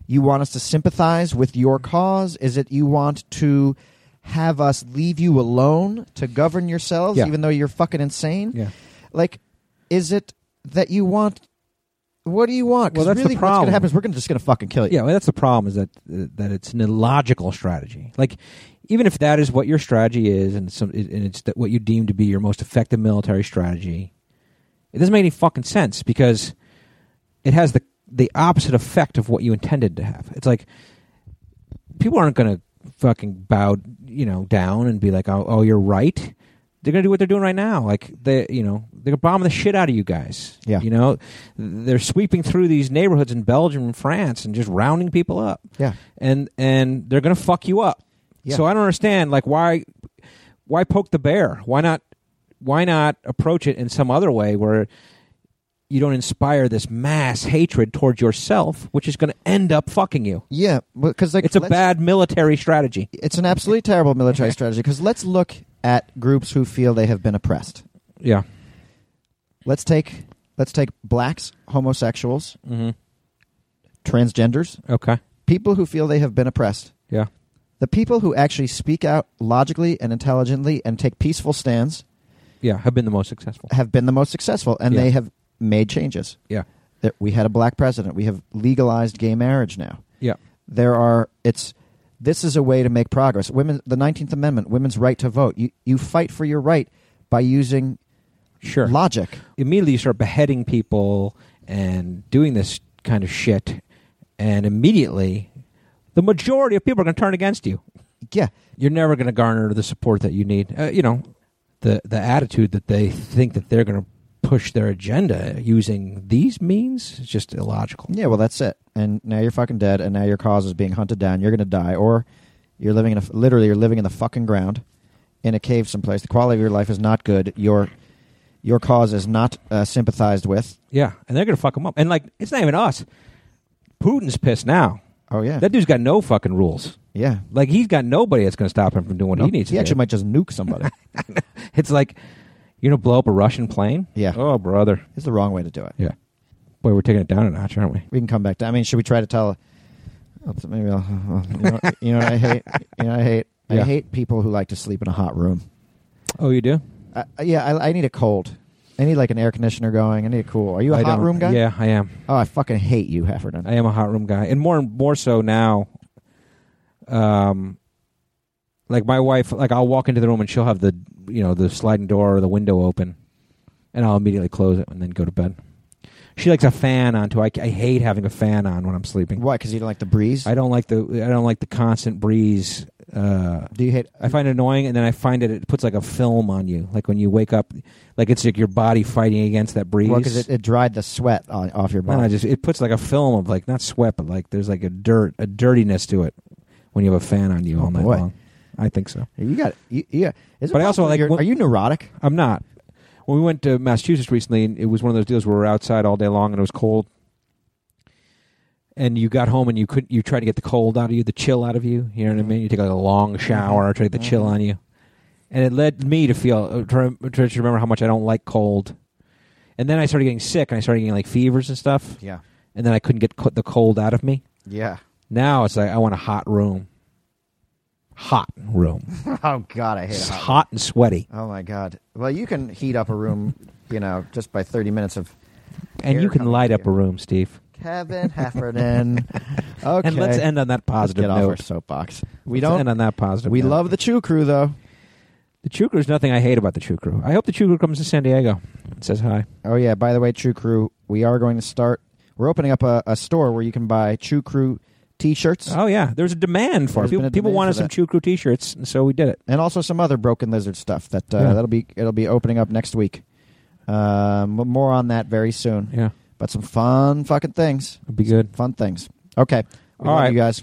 S3: you want us to sympathize with your cause? Is it you want to have us leave you alone to govern yourselves,
S4: Yeah.
S3: even though you're fucking insane?
S4: Yeah.
S3: Like, is it that you want? What do you want? 'Cause
S4: Well, that's the
S3: really What's
S4: problem.
S3: gonna happen is we're gonna, just going to fucking kill you.
S4: Yeah, well, that's the problem is that that it's an illogical strategy. Like, even if that is what your strategy is, and some, and it's that what you deem to be your most effective military strategy, it doesn't make any fucking sense because it has the the opposite effect of what you intended to have. It's like people aren't going to fucking bow, you know, down and be like, "Oh, oh you're right." They're going to do what they're doing right now. Like they, you know, they're bombing the shit out of you guys.
S3: Yeah.
S4: You know, they're sweeping through these neighborhoods in Belgium and France and just rounding people up.
S3: Yeah.
S4: And and they're going to fuck you up.
S3: Yeah.
S4: So I don't understand like why why poke the bear? Why not why not approach it in some other way where you don't inspire this mass hatred towards yourself, which is going to end up fucking you.
S3: Yeah, because like
S4: It's a
S3: let's-
S4: bad military strategy.
S3: It's an absolutely terrible military strategy. Because let's look at groups who feel they have been oppressed.
S4: Yeah.
S3: Let's take let's take blacks, homosexuals,
S4: hmm
S3: transgenders,
S4: Okay.
S3: people who feel they have been oppressed.
S4: Yeah.
S3: The people who actually speak out logically and intelligently and take peaceful stands
S4: Yeah. Have been the most
S3: *laughs*
S4: successful.
S3: have been the most successful, and
S4: Yeah.
S3: they have made changes.
S4: Yeah.
S3: That we had a black president. We have legalized gay marriage now.
S4: Yeah.
S3: there are it's this is a way to make progress women the 19th amendment women's right to vote you you fight for your right by using
S4: Sure.
S3: logic
S4: Immediately you start beheading people and doing this kind of shit, and immediately the majority of people are going to turn against you.
S3: yeah
S4: You're never going to garner the support that you need. Uh, you know, the the attitude that they think that they're going to push their agenda using these means is just illogical.
S3: yeah well that's it and now you're fucking dead and now your cause is being hunted down you're going to die or you're living in a literally you're living in the fucking ground in a cave someplace the quality of your life is not good your your cause is not uh, sympathized with
S4: Yeah, and they're going to fuck them up. And like, it's not even us. Putin's pissed now.
S3: oh yeah
S4: That dude's got no fucking rules.
S3: yeah
S4: Like he's got nobody that's going to stop him from doing what he
S3: Nope.
S4: needs to
S3: he actually
S4: do.
S3: might just nuke
S4: *laughs*
S3: somebody
S4: It's like you're going to blow up a Russian plane.
S3: Yeah.
S4: Oh, brother.
S3: it's the wrong way to do it
S4: Yeah. Boy, we're taking it down a notch, aren't we?
S3: we can come back down. I mean, should we try to tell? Oops, Maybe I'll, I'll- you, know, *laughs* you know what I hate. You know what I hate.
S4: Yeah.
S3: I hate people who like to sleep in a hot room.
S4: *laughs* Oh, you do?
S3: I, I- yeah, I, I need a cold. I need like an air conditioner going. I need a cool. Are you a
S4: I
S3: hot
S4: don't-
S3: room guy?
S4: Yeah, I am.
S3: Oh, I fucking hate you, Heffernan.
S4: I am a hot room guy, and more and more so now. Um, like my wife, like I'll walk into the room and she'll have the you know the sliding door or the window open, and I'll immediately close it and then go to bed. She likes a fan on too. I, I hate having a fan on when I'm sleeping.
S3: Why? Because you don't like the breeze.
S4: I don't like the I don't like the constant breeze. Uh,
S3: Do you hate?
S4: I find it annoying, and then I find that it puts like a film on you. Like when you wake up, like it's like your body fighting against that breeze.
S3: Well, because it, it dried the sweat on, off your
S4: No,
S3: body.
S4: I just it puts like a film of like not sweat, but like there's like a dirt, a dirtiness to it when you have a fan on you
S3: Oh,
S4: all night
S3: boy.
S4: long. I think so.
S3: you got. You, yeah. Is it
S4: But I also
S3: possible
S4: like
S3: you're-
S4: when-
S3: are you neurotic?
S4: I'm not. When we went to Massachusetts recently, and it was one of those deals where we were outside all day long and it was cold. And you got home and you couldn't. You
S3: Mm-hmm.
S4: tried to get the cold out of you, the chill out of you. You know what I mean? You take like a long shower, try to get the chill on you. and it led me to feel uh, to, rem- to just remember how much I don't like cold. And then I started getting sick, and I started getting like fevers and stuff.
S3: Yeah.
S4: And then I couldn't get co- the cold out of me.
S3: Yeah. *laughs*
S4: Now it's like I want a hot room, hot room,
S3: Oh God, I hate
S4: It's
S3: a hot.
S4: hot and sweaty,
S3: Oh my God. Well, you can heat up a room, you know, just by thirty minutes of
S4: and
S3: Air
S4: you can
S3: coming
S4: light
S3: to
S4: up
S3: you.
S4: a room, Steve.
S3: Kevin Heffernan. Okay.
S4: *laughs* And let's end on that
S3: Let's
S4: positive
S3: get off our
S4: note.
S3: soapbox. We
S4: Let's
S3: don't.
S4: end on that positive.
S3: we
S4: note.
S3: love the Chew Crew though.
S4: the Chew Crew. Is nothing I hate about the Chew Crew. I hope the Chew Crew comes to San Diego and says hi.
S3: Oh yeah. By the way, Chew Crew, we are going to start. We're opening up a, a store where you can buy Chew Crew T-shirts
S4: Oh yeah, there's a demand for
S3: There's
S4: it.
S3: been
S4: People,
S3: a
S4: people
S3: demand
S4: wanted
S3: for
S4: some
S3: that.
S4: Chew Crew T-shirts, and so we did it.
S3: and also some other Broken Lizard stuff that uh,
S4: Yeah.
S3: that'll be it'll be opening up next week. Um, more on that very soon.
S4: Yeah,
S3: But some fun fucking things.
S4: it'd be good.
S3: Fun things. Okay. We
S4: All
S3: love
S4: right.
S3: you guys.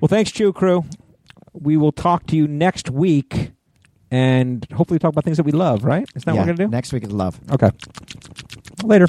S4: Well, thanks, Chew Crew. We will talk to you next week, and hopefully talk about things that we love. Right? Is that
S3: Yeah,
S4: what we're gonna do?
S3: Next week is love.
S4: okay. Later.